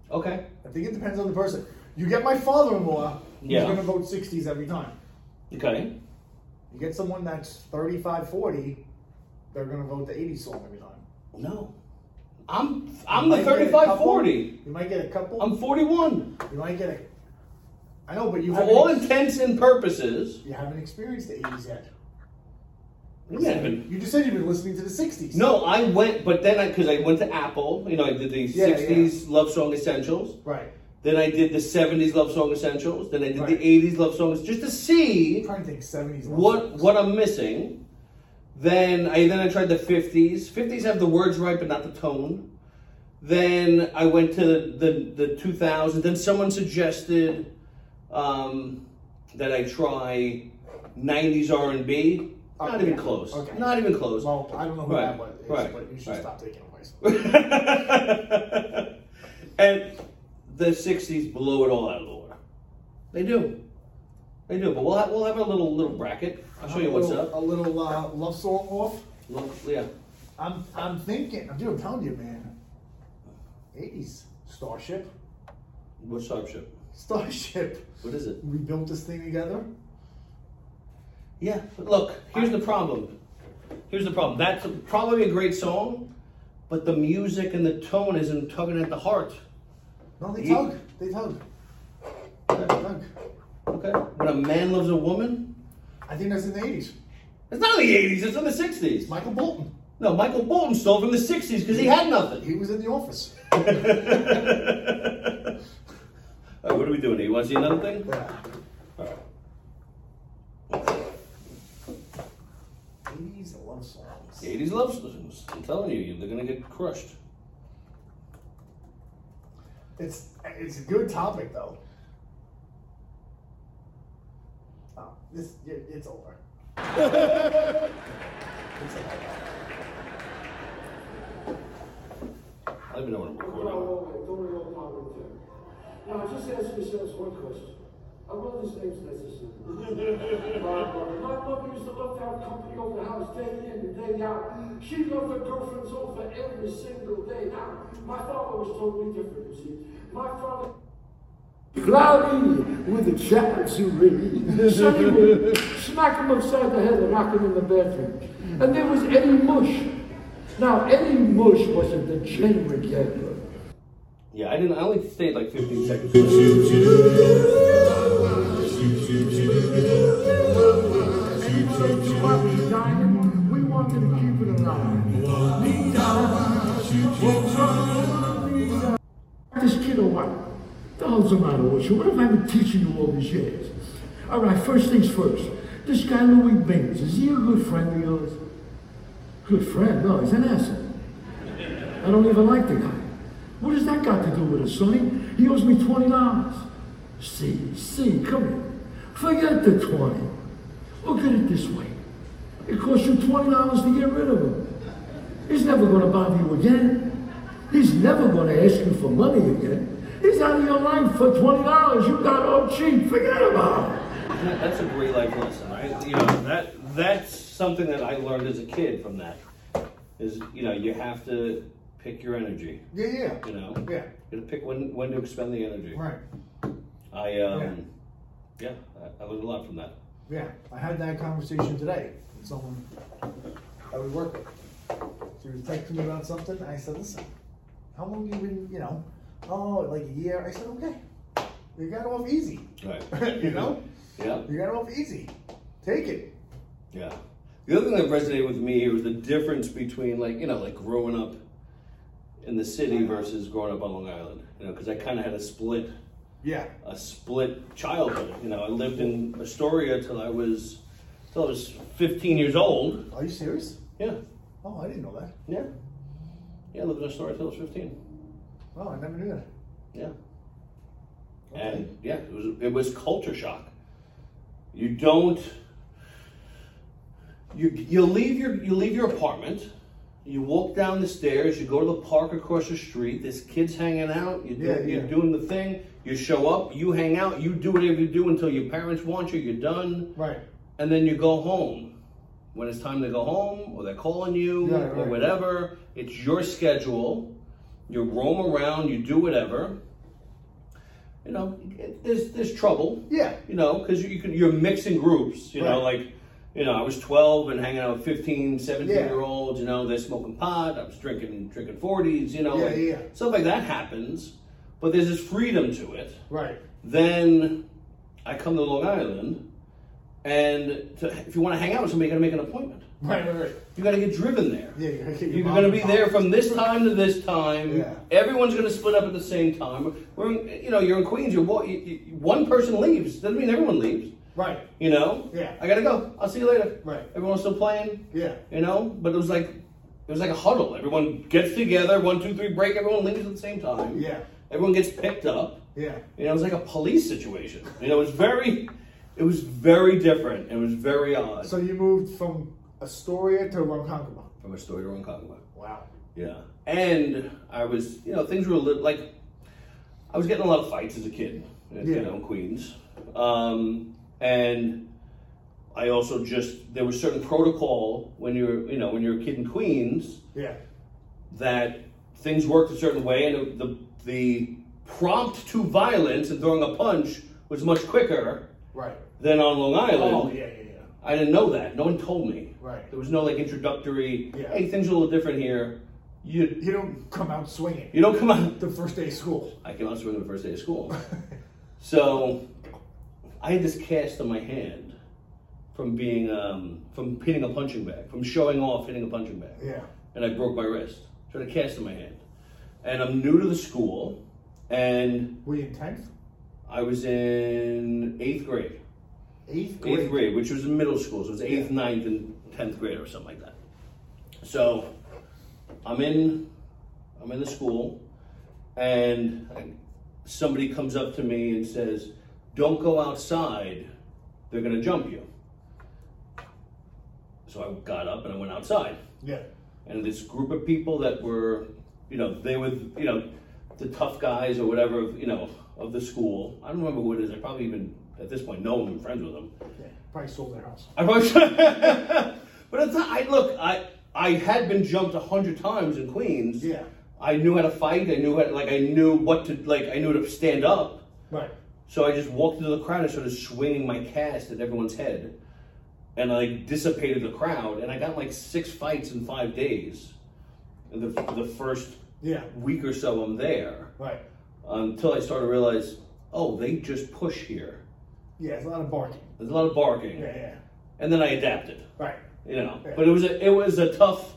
Speaker 1: Okay.
Speaker 2: I think it depends on the person. You get my father-in-law,
Speaker 1: Yeah.
Speaker 2: he's gonna vote 60s every time.
Speaker 1: Okay.
Speaker 2: You get someone that's 35, 40, they're gonna vote the 80s song every time.
Speaker 1: No. I'm I'm
Speaker 2: You
Speaker 1: the
Speaker 2: might get a
Speaker 1: 35
Speaker 2: couple-
Speaker 1: 40.
Speaker 2: You might get a couple.
Speaker 1: I'm 41.
Speaker 2: you might get a. I know, but you
Speaker 1: For
Speaker 2: haven't,
Speaker 1: all
Speaker 2: ex-
Speaker 1: intents and purposes,
Speaker 2: you haven't experienced the 80s yet.
Speaker 1: you haven't-
Speaker 2: You just said you've been listening to the 60s.
Speaker 1: No, I went, but then I because I went to Apple, you know, I did the
Speaker 2: Yeah, yeah.
Speaker 1: '60s love song essentials.
Speaker 2: Right.
Speaker 1: Then I did the '70s love song essentials. Then I did
Speaker 2: Right.
Speaker 1: the '80s love songs just to see
Speaker 2: I'm trying to think 70s. love
Speaker 1: what
Speaker 2: songs.
Speaker 1: what I'm missing. Then I then I tried the '50s. '50s have the words right, but not the tone. Then I went to the the 2000s. Then someone suggested um, that I try '90s R&B. Not
Speaker 2: Okay.
Speaker 1: even close.
Speaker 2: Okay.
Speaker 1: Not even close.
Speaker 2: Well, I don't know who that
Speaker 1: Right,
Speaker 2: was, is,
Speaker 1: right,
Speaker 2: but you should
Speaker 1: right.
Speaker 2: stop taking away.
Speaker 1: and the '60s blow it all out of the water. They do, they do. But we'll have, we'll have a little little bracket. I'll show you what's
Speaker 2: a
Speaker 1: up.
Speaker 2: little, A little uh, love song off.
Speaker 1: Look, yeah,
Speaker 2: I'm I'm thinking. Dude, I'm telling you, man. 80s Starship,
Speaker 1: what's Starship?
Speaker 2: Starship.
Speaker 1: What is it?
Speaker 2: We built this thing together.
Speaker 1: Yeah, but look, here's the problem. Here's the problem. That's probably a great song, but the music and the tone isn't tugging at the heart.
Speaker 2: No, they
Speaker 1: Ye-
Speaker 2: tug. They tug. They tug.
Speaker 1: Okay, when a man loves a woman,
Speaker 2: I think that's in the 80s.
Speaker 1: it's not in the '80s. It's in the '60s.
Speaker 2: Michael Bolton.
Speaker 1: No, Michael Bolton stole from the '60s because he had nothing.
Speaker 2: He was in the office.
Speaker 1: All right, what are we doing here? You want to see another thing?
Speaker 2: Yeah.
Speaker 1: All right.
Speaker 2: 80s love songs.
Speaker 1: 80s love songs. I'm telling you, they're going to get crushed.
Speaker 2: It's it's a good topic though. Oh, this it, it's over. It's over.
Speaker 1: I don't even know what I'm recording.
Speaker 4: No, don't worry about that right there. Now, just ask yourselves one question. I love these names necessary. My mother used to love to have company over the house day in and day out. She loved her girlfriends over every single day. Now, my father was totally different, you see. My father. Cloudy with a chance you read. Sonny would smack him upside the head and knock him in the bathroom. And there was Eddie Mush. Now, Eddie Mush wasn't the genuine gambler.
Speaker 1: Yeah, I didn't. I only stayed like 15 seconds.
Speaker 4: And you know, you want me dying, we want them to keep it alive. Me down, won't run, me down. This kid or what? The hell's the matter with you? What have I been teaching you all these years? All right, first things first. This guy Louis Baines, is he a good friend of yours? Good friend? No, he's an asshole. I don't even like the guy. What has that got to do with it, Sonny? He owes me twenty dollars. See, see, come here. Forget the twenty. Look at it this way. It costs you twenty dollars to get rid of him. He's never gonna bother you again. He's never gonna ask you for money again. He's out of your life for twenty dollars. You got all cheap. Forget about it.
Speaker 1: That's a great life lesson, right? You know, that that's something that I learned as a kid from that. Is you know you have to pick your energy.
Speaker 2: Yeah, yeah.
Speaker 1: You know,
Speaker 2: Yeah.
Speaker 1: you gotta pick when when to expend the energy.
Speaker 2: Right.
Speaker 1: I um, yeah, I, I learned a lot from that.
Speaker 2: Yeah. I had that conversation today with someone that we work with. She was texting me about something. I said, listen, how long you been, you know, oh, like a year? I said, okay. You got off easy.
Speaker 1: Right.
Speaker 2: you know?
Speaker 1: Yeah.
Speaker 2: You got off easy. Take it.
Speaker 1: Yeah. The other thing that resonated with me here was the difference between like you know like growing up in the city versus growing up on Long Island. You know, because I kind of had a split
Speaker 2: Yeah.
Speaker 1: a split childhood. You know, I lived in Astoria till I was till I was 15 years old.
Speaker 2: Are you serious?
Speaker 1: Yeah.
Speaker 2: Oh, I didn't know that.
Speaker 1: Yeah. Yeah, I lived in Astoria till I was 15.
Speaker 2: Oh, I never knew that.
Speaker 1: Yeah.
Speaker 2: Okay.
Speaker 1: And yeah, it was it was culture shock. You don't you you leave your you leave your apartment, you walk down the stairs, you go to the park across the street, there's kids hanging out, you do,
Speaker 2: Yeah,
Speaker 1: you're
Speaker 2: yeah.
Speaker 1: doing the thing, you show up, you hang out, you do whatever you do until your parents want you, you're done.
Speaker 2: Right.
Speaker 1: and then you go home when it's time to go home or they're calling you
Speaker 2: Yeah,
Speaker 1: or
Speaker 2: right.
Speaker 1: whatever it's your schedule you roam around you do whatever you know it, there's there's trouble
Speaker 2: Yeah.
Speaker 1: you know because you, you can you're mixing groups you know
Speaker 2: Right.
Speaker 1: like you know i was 12 and hanging out with 15 17
Speaker 2: Yeah.
Speaker 1: year olds you know they're smoking pot i was drinking drinking 40s you know
Speaker 2: Yeah,
Speaker 1: like,
Speaker 2: yeah.
Speaker 1: stuff like that happens but there's this freedom to it
Speaker 2: Right.
Speaker 1: then I come to Long Island, and to, if you want to hang out with somebody, you got to make an appointment.
Speaker 2: Right, right, right.
Speaker 1: You got to get driven there.
Speaker 2: Yeah, you're gonna get your
Speaker 1: You're
Speaker 2: mom
Speaker 1: going to
Speaker 2: and
Speaker 1: be
Speaker 2: pop.
Speaker 1: there from this time to this time.
Speaker 2: Yeah.
Speaker 1: Everyone's going to split up at the same time. We're in, you know, you're in Queens. You're wa- you, you, one person leaves doesn't mean everyone leaves.
Speaker 2: Right.
Speaker 1: You know.
Speaker 2: Yeah.
Speaker 1: I gotta go. I'll see you later.
Speaker 2: Right.
Speaker 1: Everyone's still playing.
Speaker 2: Yeah.
Speaker 1: You know, but it was like it was like a huddle. Everyone gets together. One, two, three, break. Everyone leaves at the same time.
Speaker 2: Yeah.
Speaker 1: Everyone gets picked up.
Speaker 2: Yeah.
Speaker 1: You know, it was like a police situation. You know, it was very, it was very different. It was very odd.
Speaker 2: So you moved from Astoria to Ronkonkoma.
Speaker 1: From a story to Ronkonkoma.
Speaker 2: Wow.
Speaker 1: Yeah. And I was, you know, things were a little, like, I was getting a lot of fights as a kid, you
Speaker 2: Yeah.
Speaker 1: know, in Queens. Um, and I also just, there was certain protocol when you're, you know, when you're a kid in Queens
Speaker 2: Yeah.
Speaker 1: that things worked a certain way and the, the prompt to violence and throwing a punch was much quicker
Speaker 2: Right.
Speaker 1: than on Long Island.
Speaker 2: Oh yeah, yeah, yeah.
Speaker 1: I didn't know that. No one told me.
Speaker 2: Right.
Speaker 1: There was no like introductory.
Speaker 2: Yeah.
Speaker 1: Hey, things are a little different here. You
Speaker 2: You don't come out swinging.
Speaker 1: you don't come out.
Speaker 2: the first day of school.
Speaker 1: I came out swimming the first day of school, so I had this cast on my hand from being um, from hitting a punching bag, from showing off hitting a punching bag.
Speaker 2: Yeah.
Speaker 1: and I broke my wrist. So I had a cast in my hand, and I'm new to the school, and
Speaker 2: Were you in tenth?
Speaker 1: I was in eighth grade.
Speaker 2: Eighth grade.
Speaker 1: eighth grade, which was in middle school, so it was eighth, ninth, and tenth grade or something like that. So I'm in I'm in the school and somebody comes up to me and says, Don't go outside, they're gonna jump you. So I got up and I went outside.
Speaker 2: Yeah.
Speaker 1: And this group of people that were, you know, they were, you know, the tough guys or whatever, of, you know, of the school. I don't remember who it is. I probably even, at this point, know them and friends with them.
Speaker 2: Yeah. Probably sold their house.
Speaker 1: I probably should. but it's not, I look. I I had been jumped a hundred times in Queens.
Speaker 2: Yeah.
Speaker 1: I knew how to fight. I knew how like I knew what to like. I knew to stand up.
Speaker 2: Right.
Speaker 1: So I just walked into the crowd and started swinging my cast at everyone's head, and I like, dissipated the crowd. And I got like six fights in five days. The the first
Speaker 2: Yeah.
Speaker 1: week or so I'm there
Speaker 2: Right.
Speaker 1: until I started to realize, oh, they just push here.
Speaker 2: Yeah, it's a lot of barking.
Speaker 1: There's a lot of barking,
Speaker 2: Yeah, yeah.
Speaker 1: and then I adapted.
Speaker 2: Right.
Speaker 1: You know,
Speaker 2: Yeah.
Speaker 1: but it was a, it was a tough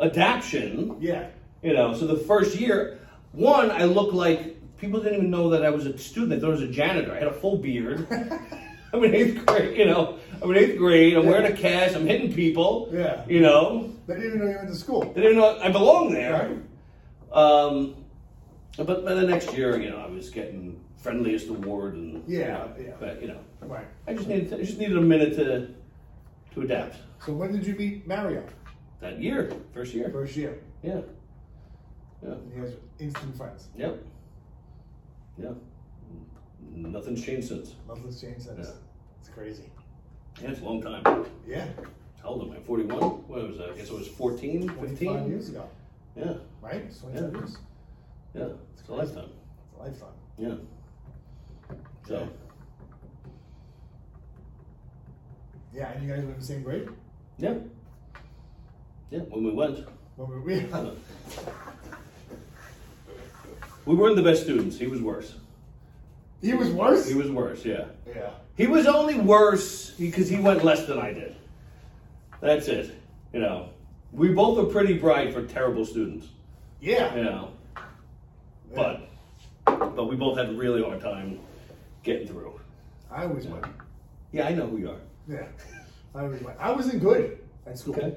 Speaker 1: adaptation.
Speaker 2: Yeah.
Speaker 1: You know, so the first year, one, I looked like people didn't even know that I was a student. They thought I was a janitor. I had a full beard. I'm in eighth grade. You know, I'm in eighth grade. I'm wearing a cast. I'm hitting people.
Speaker 2: Yeah.
Speaker 1: You know,
Speaker 2: They didn't even know you went to school.
Speaker 1: they didn't know I belong there.
Speaker 2: Right.
Speaker 1: Um, but by the next year, you know, I was getting friendliest award and
Speaker 2: Yeah,
Speaker 1: you know,
Speaker 2: yeah.
Speaker 1: But you know,
Speaker 2: Right.
Speaker 1: I just needed to, I just needed a minute to to adapt.
Speaker 2: So when did you meet Mario?
Speaker 1: That year, first year,
Speaker 2: First year.
Speaker 1: yeah, yeah.
Speaker 2: And you guys were instant friends.
Speaker 1: Yep. Yeah. Nothing's changed since.
Speaker 2: Loveless James says.
Speaker 1: Yeah.
Speaker 2: It's crazy.
Speaker 1: Yeah, it's a long time. How
Speaker 2: Yeah.
Speaker 1: old am I? 41? What was that? I guess I was 14,
Speaker 2: 25
Speaker 1: 15?
Speaker 2: years ago.
Speaker 1: Yeah,
Speaker 2: Right? It's 25
Speaker 1: Yeah.
Speaker 2: years.
Speaker 1: yeah. It's a lifetime.
Speaker 2: It's a lifetime.
Speaker 1: Yeah. So,
Speaker 2: Yeah, and you guys were in the same grade?
Speaker 1: yeah. Yeah, when we went, uh,
Speaker 2: When we were, yeah.
Speaker 1: we weren't the best students. He was worse.
Speaker 2: He was worse?
Speaker 1: He was worse, yeah.
Speaker 2: yeah.
Speaker 1: He was only worse because he went less than I did. That's it. You know, we both were pretty bright for terrible students.
Speaker 2: Yeah.
Speaker 1: You know, but but we both had a really hard time getting through.
Speaker 2: I always went.
Speaker 1: Yeah, I know who you are.
Speaker 2: Yeah. I always went. I wasn't good at school.
Speaker 1: Okay.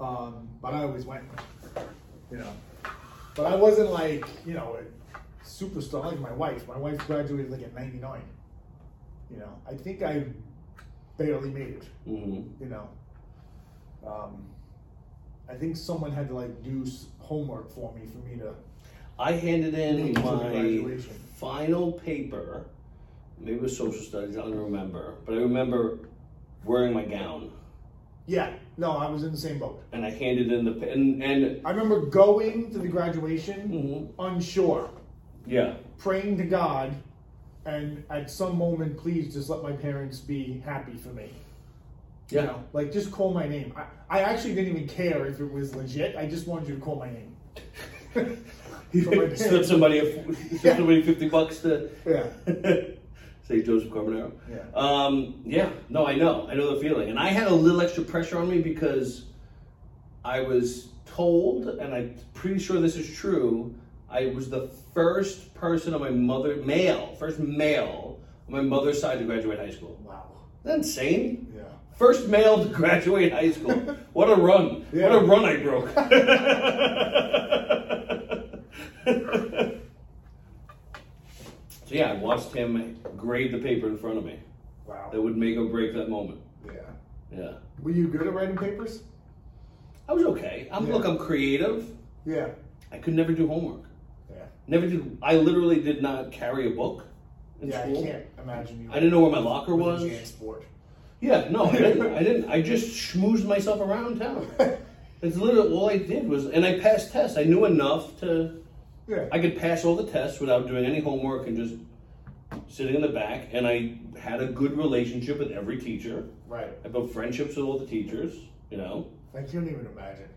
Speaker 2: Um, but I always went. You know. But I wasn't like, you know, a superstar like my wife. My wife graduated like at 99. You know, I think I barely made it.
Speaker 1: hmm
Speaker 2: you know. Um, I think someone had to like do s- homework for me for me to.
Speaker 1: I handed in
Speaker 2: Thank you for the
Speaker 1: my
Speaker 2: graduation.
Speaker 1: final paper. Maybe it was social studies. I don't remember, but I remember wearing my gown,
Speaker 2: Yeah, no, I was in the same boat.
Speaker 1: and I handed in the pa- and and
Speaker 2: I remember going to the graduation
Speaker 1: Mhm.
Speaker 2: unsure,
Speaker 1: yeah,
Speaker 2: praying to God, and at some moment, please just let my parents be happy for me.
Speaker 1: yeah,
Speaker 2: You know, like just call my name. I, I actually didn't even care if it was legit. I just wanted you to call my name. For my parents.
Speaker 1: slip somebody a, slip
Speaker 2: Yeah.
Speaker 1: somebody fifty bucks to
Speaker 2: Yeah.
Speaker 1: say Joseph Carbonaro.
Speaker 2: Yeah.
Speaker 1: Um, yeah. No, I know. I know the feeling, and I had a little extra pressure on me because I was told, and I'm pretty sure this is true. I was the first person on my mother male, first male on my mother's side to graduate high school.
Speaker 2: Wow.
Speaker 1: Isn't that insane?
Speaker 2: Yeah.
Speaker 1: First male to graduate high school. What a run.
Speaker 2: Yeah.
Speaker 1: What a run I broke. so yeah, I watched him grade the paper in front of me.
Speaker 2: Wow.
Speaker 1: That would make or break that moment.
Speaker 2: Yeah.
Speaker 1: Yeah.
Speaker 2: Were you good at writing papers?
Speaker 1: I was okay. I'm
Speaker 2: Yeah.
Speaker 1: look, I'm creative.
Speaker 2: Yeah.
Speaker 1: I could never do homework.
Speaker 2: Yeah.
Speaker 1: Never did I literally did not carry a book in
Speaker 2: Yeah,
Speaker 1: school.
Speaker 2: I can't imagine you.
Speaker 1: I didn't know where my locker
Speaker 2: with
Speaker 1: was.
Speaker 2: a jam sport.
Speaker 1: Yeah, no, I didn't. I didn't. I just schmoozed myself around town. That's literally all I did was, and I passed tests. I knew enough to,
Speaker 2: Yeah.
Speaker 1: I could pass all the tests without doing any homework and just sitting in the back. And I had a good relationship with every teacher.
Speaker 2: right.
Speaker 1: I built friendships with all the teachers. You know,
Speaker 2: I can't even imagine.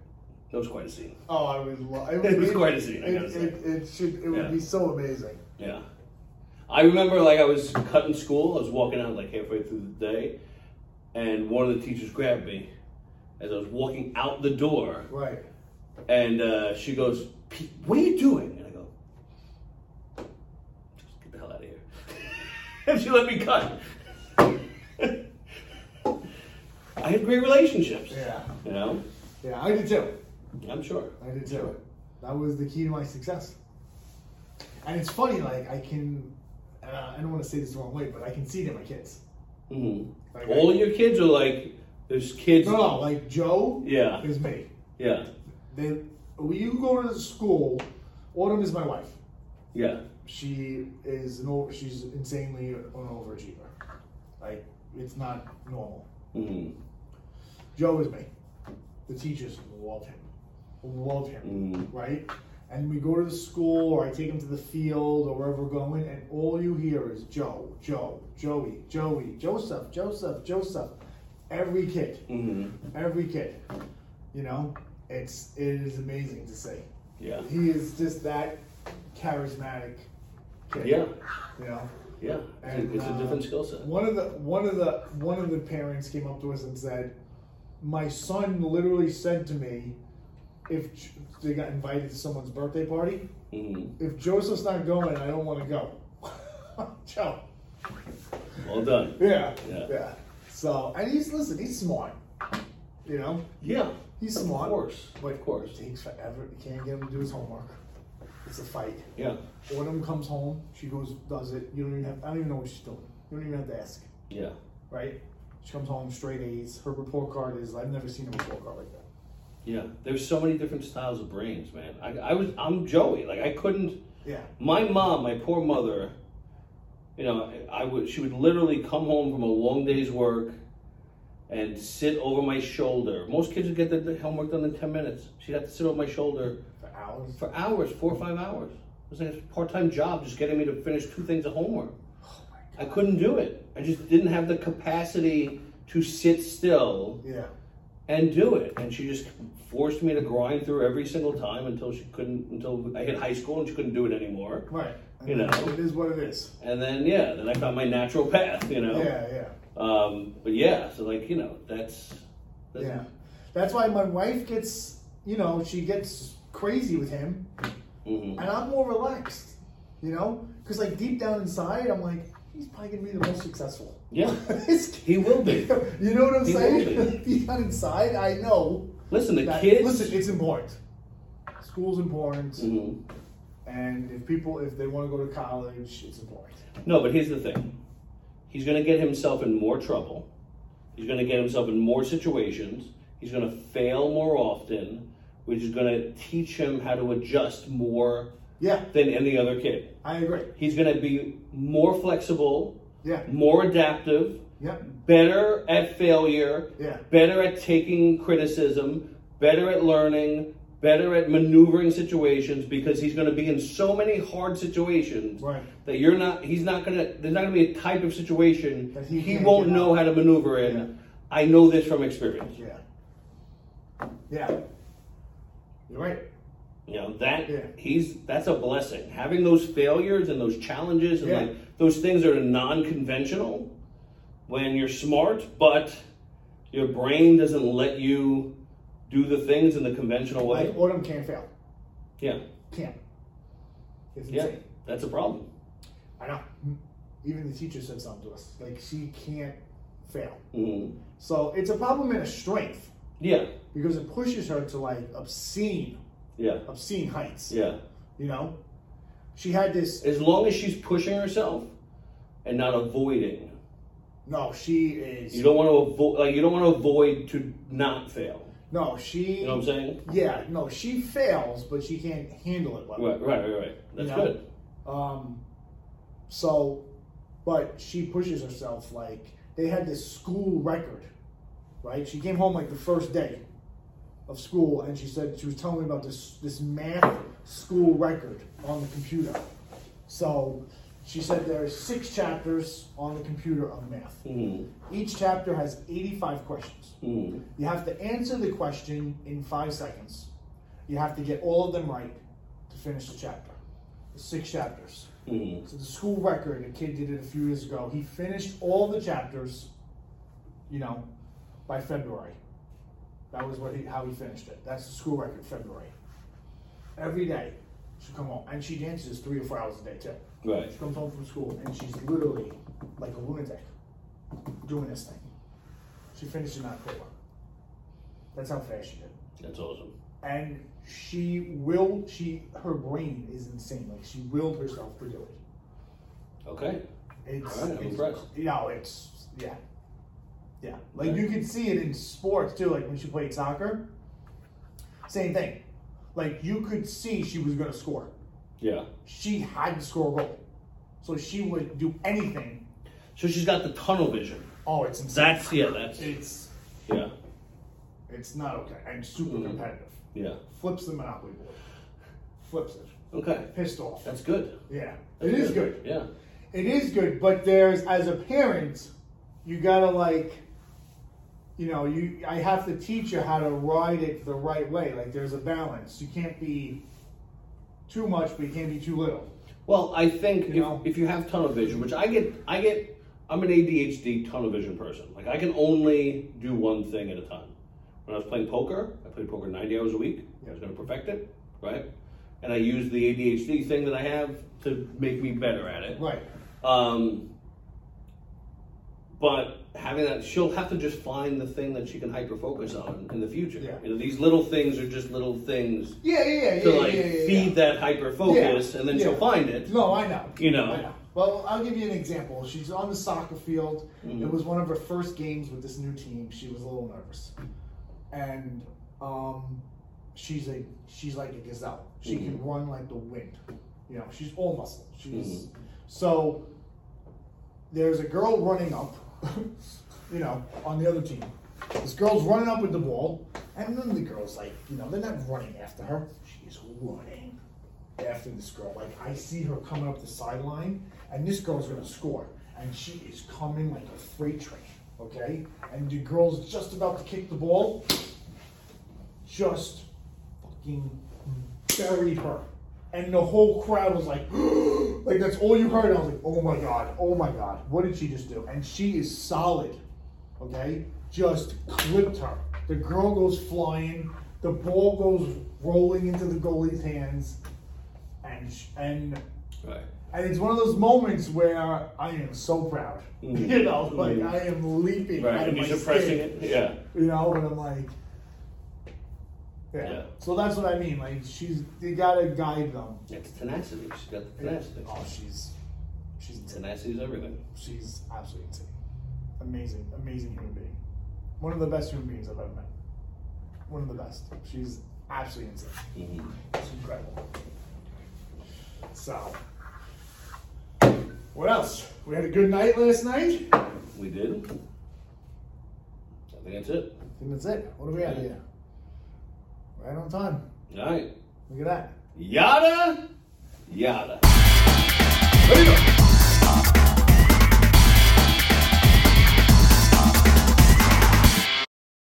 Speaker 1: that was quite a scene.
Speaker 2: Oh, I would love.
Speaker 1: It was quite a scene, I
Speaker 2: It,
Speaker 1: gotta say.
Speaker 2: it, it should. It would
Speaker 1: Yeah.
Speaker 2: be so amazing.
Speaker 1: Yeah. I remember like I was cutting school, I was walking out like halfway through the day, and one of the teachers grabbed me as I was walking out the door,
Speaker 2: Right.
Speaker 1: and uh, she goes, Pete, what are you doing? And I go, just get the hell out of here. and she let me cut. I had great relationships.
Speaker 2: Yeah.
Speaker 1: You know?
Speaker 2: Yeah, I did too.
Speaker 1: I'm sure.
Speaker 2: I did too. That was the key to my success. And it's funny, like I can. Uh, I don't want to say this the wrong way, but I can see it in my kids.
Speaker 1: hmm
Speaker 2: Like,
Speaker 1: All
Speaker 2: I, Oh.
Speaker 1: your kids are like, there's kids.
Speaker 2: no, no, like Joe
Speaker 1: Yeah.
Speaker 2: is me.
Speaker 1: Yeah.
Speaker 2: Then when you go to school, Autumn is my wife.
Speaker 1: Yeah.
Speaker 2: she is an over, she's insanely an overachiever. Like it's not normal.
Speaker 1: hmm
Speaker 2: Joe is me. The teachers love him, love him,
Speaker 1: Mm.
Speaker 2: right? And we go to the school, or I take him to the field, or wherever we're going, and all you hear is Joe, Joe, Joey, Joey, Joseph, Joseph, Joseph. Every kid,
Speaker 1: Mm-hmm.
Speaker 2: every kid. You know, it's it is amazing to see.
Speaker 1: Yeah.
Speaker 2: He is just that charismatic. Kid,
Speaker 1: Yeah.
Speaker 2: You know.
Speaker 1: Yeah. It's, a, it's a
Speaker 2: And, uh,
Speaker 1: different skill set.
Speaker 2: One of the one of the one of the parents came up to us and said, "My son literally said to me, if J- they got invited to someone's birthday party,
Speaker 1: Mhm.
Speaker 2: if Joseph's not going, I don't want to go." Joe.
Speaker 1: Well done.
Speaker 2: Yeah,
Speaker 1: Yeah.
Speaker 2: yeah. So, and he's listen. He's smart. You know,
Speaker 1: Yeah.
Speaker 2: he's
Speaker 1: Of
Speaker 2: smart.
Speaker 1: course.
Speaker 2: but
Speaker 1: Of course.
Speaker 2: It takes forever. You can't get him to do his homework. It's a fight.
Speaker 1: Yeah.
Speaker 2: Autumn comes home. She goes, does it. You don't even have. I don't even know what she's doing. You don't even have to ask.
Speaker 1: Yeah.
Speaker 2: right? She comes home straight A's. Her report card is I've never seen a report card like that.
Speaker 1: Yeah. There's so many different styles of brains, man. I, I was I'm Joey. Like I couldn't
Speaker 2: Yeah.
Speaker 1: my mom, my poor mother, you know, I would she would literally come home from a long day's work and sit over my shoulder. Most kids would get their- their homework done in ten minutes. She'd have to sit over my shoulder
Speaker 2: For hours.
Speaker 1: for hours, four or five hours. It was like a part-time job, just getting me to finish two things of homework. I couldn't do it. I just didn't have the capacity to sit still
Speaker 2: Yeah.
Speaker 1: and do it. And she just forced me to grind through every single time until she couldn't, until I hit high school and she couldn't do it anymore.
Speaker 2: Right.
Speaker 1: You know.
Speaker 2: It is what it is.
Speaker 1: And then yeah, then I found my natural path, you know.
Speaker 2: Yeah, yeah.
Speaker 1: Um, but yeah, so like you know, that's, that's
Speaker 2: Yeah. That's why my wife gets, you know, she gets crazy with him,
Speaker 1: Mhm.
Speaker 2: and I'm more relaxed, you know? Because, like, deep down inside, I'm like, he's probably going to be the most successful.
Speaker 1: Yeah.
Speaker 2: This
Speaker 1: He will be.
Speaker 2: kid- You know what I'm
Speaker 1: He will
Speaker 2: saying? deep down inside, I know.
Speaker 1: Listen, the
Speaker 2: that-
Speaker 1: kids.
Speaker 2: Listen, it's important. School's important.
Speaker 1: Mhm.
Speaker 2: And if people, if they want to go to college, it's important.
Speaker 1: No, but here's the thing. He's going to get himself in more trouble. He's going to get himself in more situations. He's going to fail more often, which is going to teach him how to adjust more
Speaker 2: Yeah,
Speaker 1: than any other kid.
Speaker 2: I agree.
Speaker 1: He's going to be more flexible,
Speaker 2: Yeah,
Speaker 1: more adaptive,
Speaker 2: yeah,
Speaker 1: better at failure,
Speaker 2: yeah,
Speaker 1: better at taking criticism, better at learning, better at maneuvering situations because he's going to be in so many hard situations
Speaker 2: Right.
Speaker 1: that you're not. He's not going to. There's not going to be a type of situation
Speaker 2: That
Speaker 1: he,
Speaker 2: he can't
Speaker 1: won't
Speaker 2: get
Speaker 1: know
Speaker 2: out.
Speaker 1: how to maneuver in.
Speaker 2: Yeah.
Speaker 1: I know this from experience.
Speaker 2: yeah. Yeah. You're right.
Speaker 1: You know that
Speaker 2: Yeah.
Speaker 1: he's that's a blessing. Having those failures and those challenges and
Speaker 2: Yeah.
Speaker 1: like those things that are non-conventional when you're smart, but your brain doesn't let you do the things in the conventional way.
Speaker 2: Like Autumn can't fail.
Speaker 1: Yeah,
Speaker 2: Can't. It's
Speaker 1: yeah,
Speaker 2: insane.
Speaker 1: that's a problem.
Speaker 2: I know. Mm. Even the teacher said something to us. Like she can't fail.
Speaker 1: Mm.
Speaker 2: So it's a problem and a strength
Speaker 1: Yeah,
Speaker 2: because it pushes her to like obscene,
Speaker 1: yeah,
Speaker 2: obscene heights.
Speaker 1: yeah.
Speaker 2: You know, she had this
Speaker 1: As long as she's pushing herself and not avoiding,
Speaker 2: No, she is.
Speaker 1: you don't want to avoid. Like you don't want to avoid to not fail.
Speaker 2: no, she.
Speaker 1: You know what I'm saying?
Speaker 2: Yeah, no, she fails, but she can't handle it well.
Speaker 1: Right, right, right, right. That's
Speaker 2: Yeah.
Speaker 1: good.
Speaker 2: Um, so, but she pushes herself. Like they had this school record, right? She came home like the first day of school, and she said she was telling me about this this math school record on the computer. So, she said there are six chapters on the computer of math.
Speaker 1: Mm.
Speaker 2: Each chapter has eighty five questions.
Speaker 1: Mm.
Speaker 2: You have to answer the question in five seconds. You have to get all of them right to finish the chapter. There's six chapters.
Speaker 1: Mm.
Speaker 2: So the school record, a kid did it a few years ago. He finished all the chapters, you know, by February. That was what he, how he finished it. That's the school record, February. Every day, she come home and she dances three or four hours a day too.
Speaker 1: Right.
Speaker 2: She comes home from school and she's literally like a lunatic doing this thing. She finished in October. That's how fast she did.
Speaker 1: That's awesome.
Speaker 2: And she will she her brain is insane. Like she willed herself to do it.
Speaker 1: Okay.
Speaker 2: It's,
Speaker 1: Alright, I'm
Speaker 2: it's
Speaker 1: impressed.
Speaker 2: you know, it's yeah. Yeah. Like
Speaker 1: Okay.
Speaker 2: you could see it in sports too, like when she played soccer. Same thing. Like you could see she was gonna score.
Speaker 1: Yeah.
Speaker 2: She had to score a goal. So she would do anything
Speaker 1: So she's got the tunnel vision.
Speaker 2: Oh, it's insane.
Speaker 1: That's yeah. That's
Speaker 2: it's
Speaker 1: yeah. Mm.
Speaker 2: it's not okay and super competitive.
Speaker 1: Yeah.
Speaker 2: Flips the monopoly board. flips it.
Speaker 1: Okay.
Speaker 2: Pissed off.
Speaker 1: That's good.
Speaker 2: yeah.
Speaker 1: That's
Speaker 2: it is good.
Speaker 1: Yeah.
Speaker 2: It is good, but there's as a parent, you gotta like, you know, you I have to teach you how to ride it the right way. Like there's a balance. You can't be too much, but you can't be too little.
Speaker 1: Well, I think
Speaker 2: You
Speaker 1: if,
Speaker 2: know?
Speaker 1: if you have tunnel vision, which I get, I get, I'm an ADHD tunnel vision person. Like I can only do one thing at a time. When I was playing poker, I played poker 90 hours a week. I was
Speaker 2: Yeah.
Speaker 1: going to perfect it, right? And I used the ADHD thing that I have to make me better at it.
Speaker 2: Right.
Speaker 1: Um, but having that, she'll have to just find the thing that she can hyper focus on in the future.
Speaker 2: Yeah.
Speaker 1: You know, these little things are just little things
Speaker 2: Yeah, yeah, yeah,
Speaker 1: to
Speaker 2: yeah,
Speaker 1: like
Speaker 2: yeah, yeah, yeah.
Speaker 1: feed that hyper focus,
Speaker 2: Yeah,
Speaker 1: and then
Speaker 2: yeah.
Speaker 1: she'll find it.
Speaker 2: No, I know.
Speaker 1: You know.
Speaker 2: I Well, I'll give you an example. She's on the soccer field.
Speaker 1: Mm-hmm.
Speaker 2: It was one of her first games with this new team. She was a little nervous, and um, she's a she's like a gazelle. She can
Speaker 1: Mm-hmm.
Speaker 2: run like the wind. You know, she's all muscle. She's
Speaker 1: Mm-hmm.
Speaker 2: so. There's a girl running up, you know, on the other team. This girl's running up with the ball, and then the girl's like, you know, they're not running after her. She's running after this girl. Like I see her coming up the sideline, and this girl's gonna score, and she is coming like a freight train. Okay, and the girl's just about to kick the ball. Just fucking buried her, and the whole crowd was like, like that's all you heard. I was like, oh my god, oh my god, what did she just do? And she is solid. Okay, just clipped her. The girl goes flying. The ball goes rolling into the goalie's hands and sh- and
Speaker 1: Right.
Speaker 2: and it's one of those moments where I am so proud. You know, like I am leaping out
Speaker 1: Mm. Right.
Speaker 2: of
Speaker 1: And
Speaker 2: my
Speaker 1: you're suppressing
Speaker 2: skin.
Speaker 1: it. Yeah.
Speaker 2: You know, and I'm like, yeah.
Speaker 1: Yeah.
Speaker 2: So that's what I mean. Like she's, you gotta guide them.
Speaker 1: It's tenacity. She's got the tenacity.
Speaker 2: Oh, she's, she's,
Speaker 1: Tenacity is everything.
Speaker 2: she's absolutely insane. Amazing, amazing human being. One of the best human beings I've ever met. One of the best. She's absolutely insane.
Speaker 1: Mm-hmm.
Speaker 2: It's incredible. So, what else? We had a good night last night. I
Speaker 1: We did. I think that's it.
Speaker 2: think that's it. What do we have here? Right on time.
Speaker 1: All right.
Speaker 2: Look at that.
Speaker 1: Yada. Yada.
Speaker 2: There you go.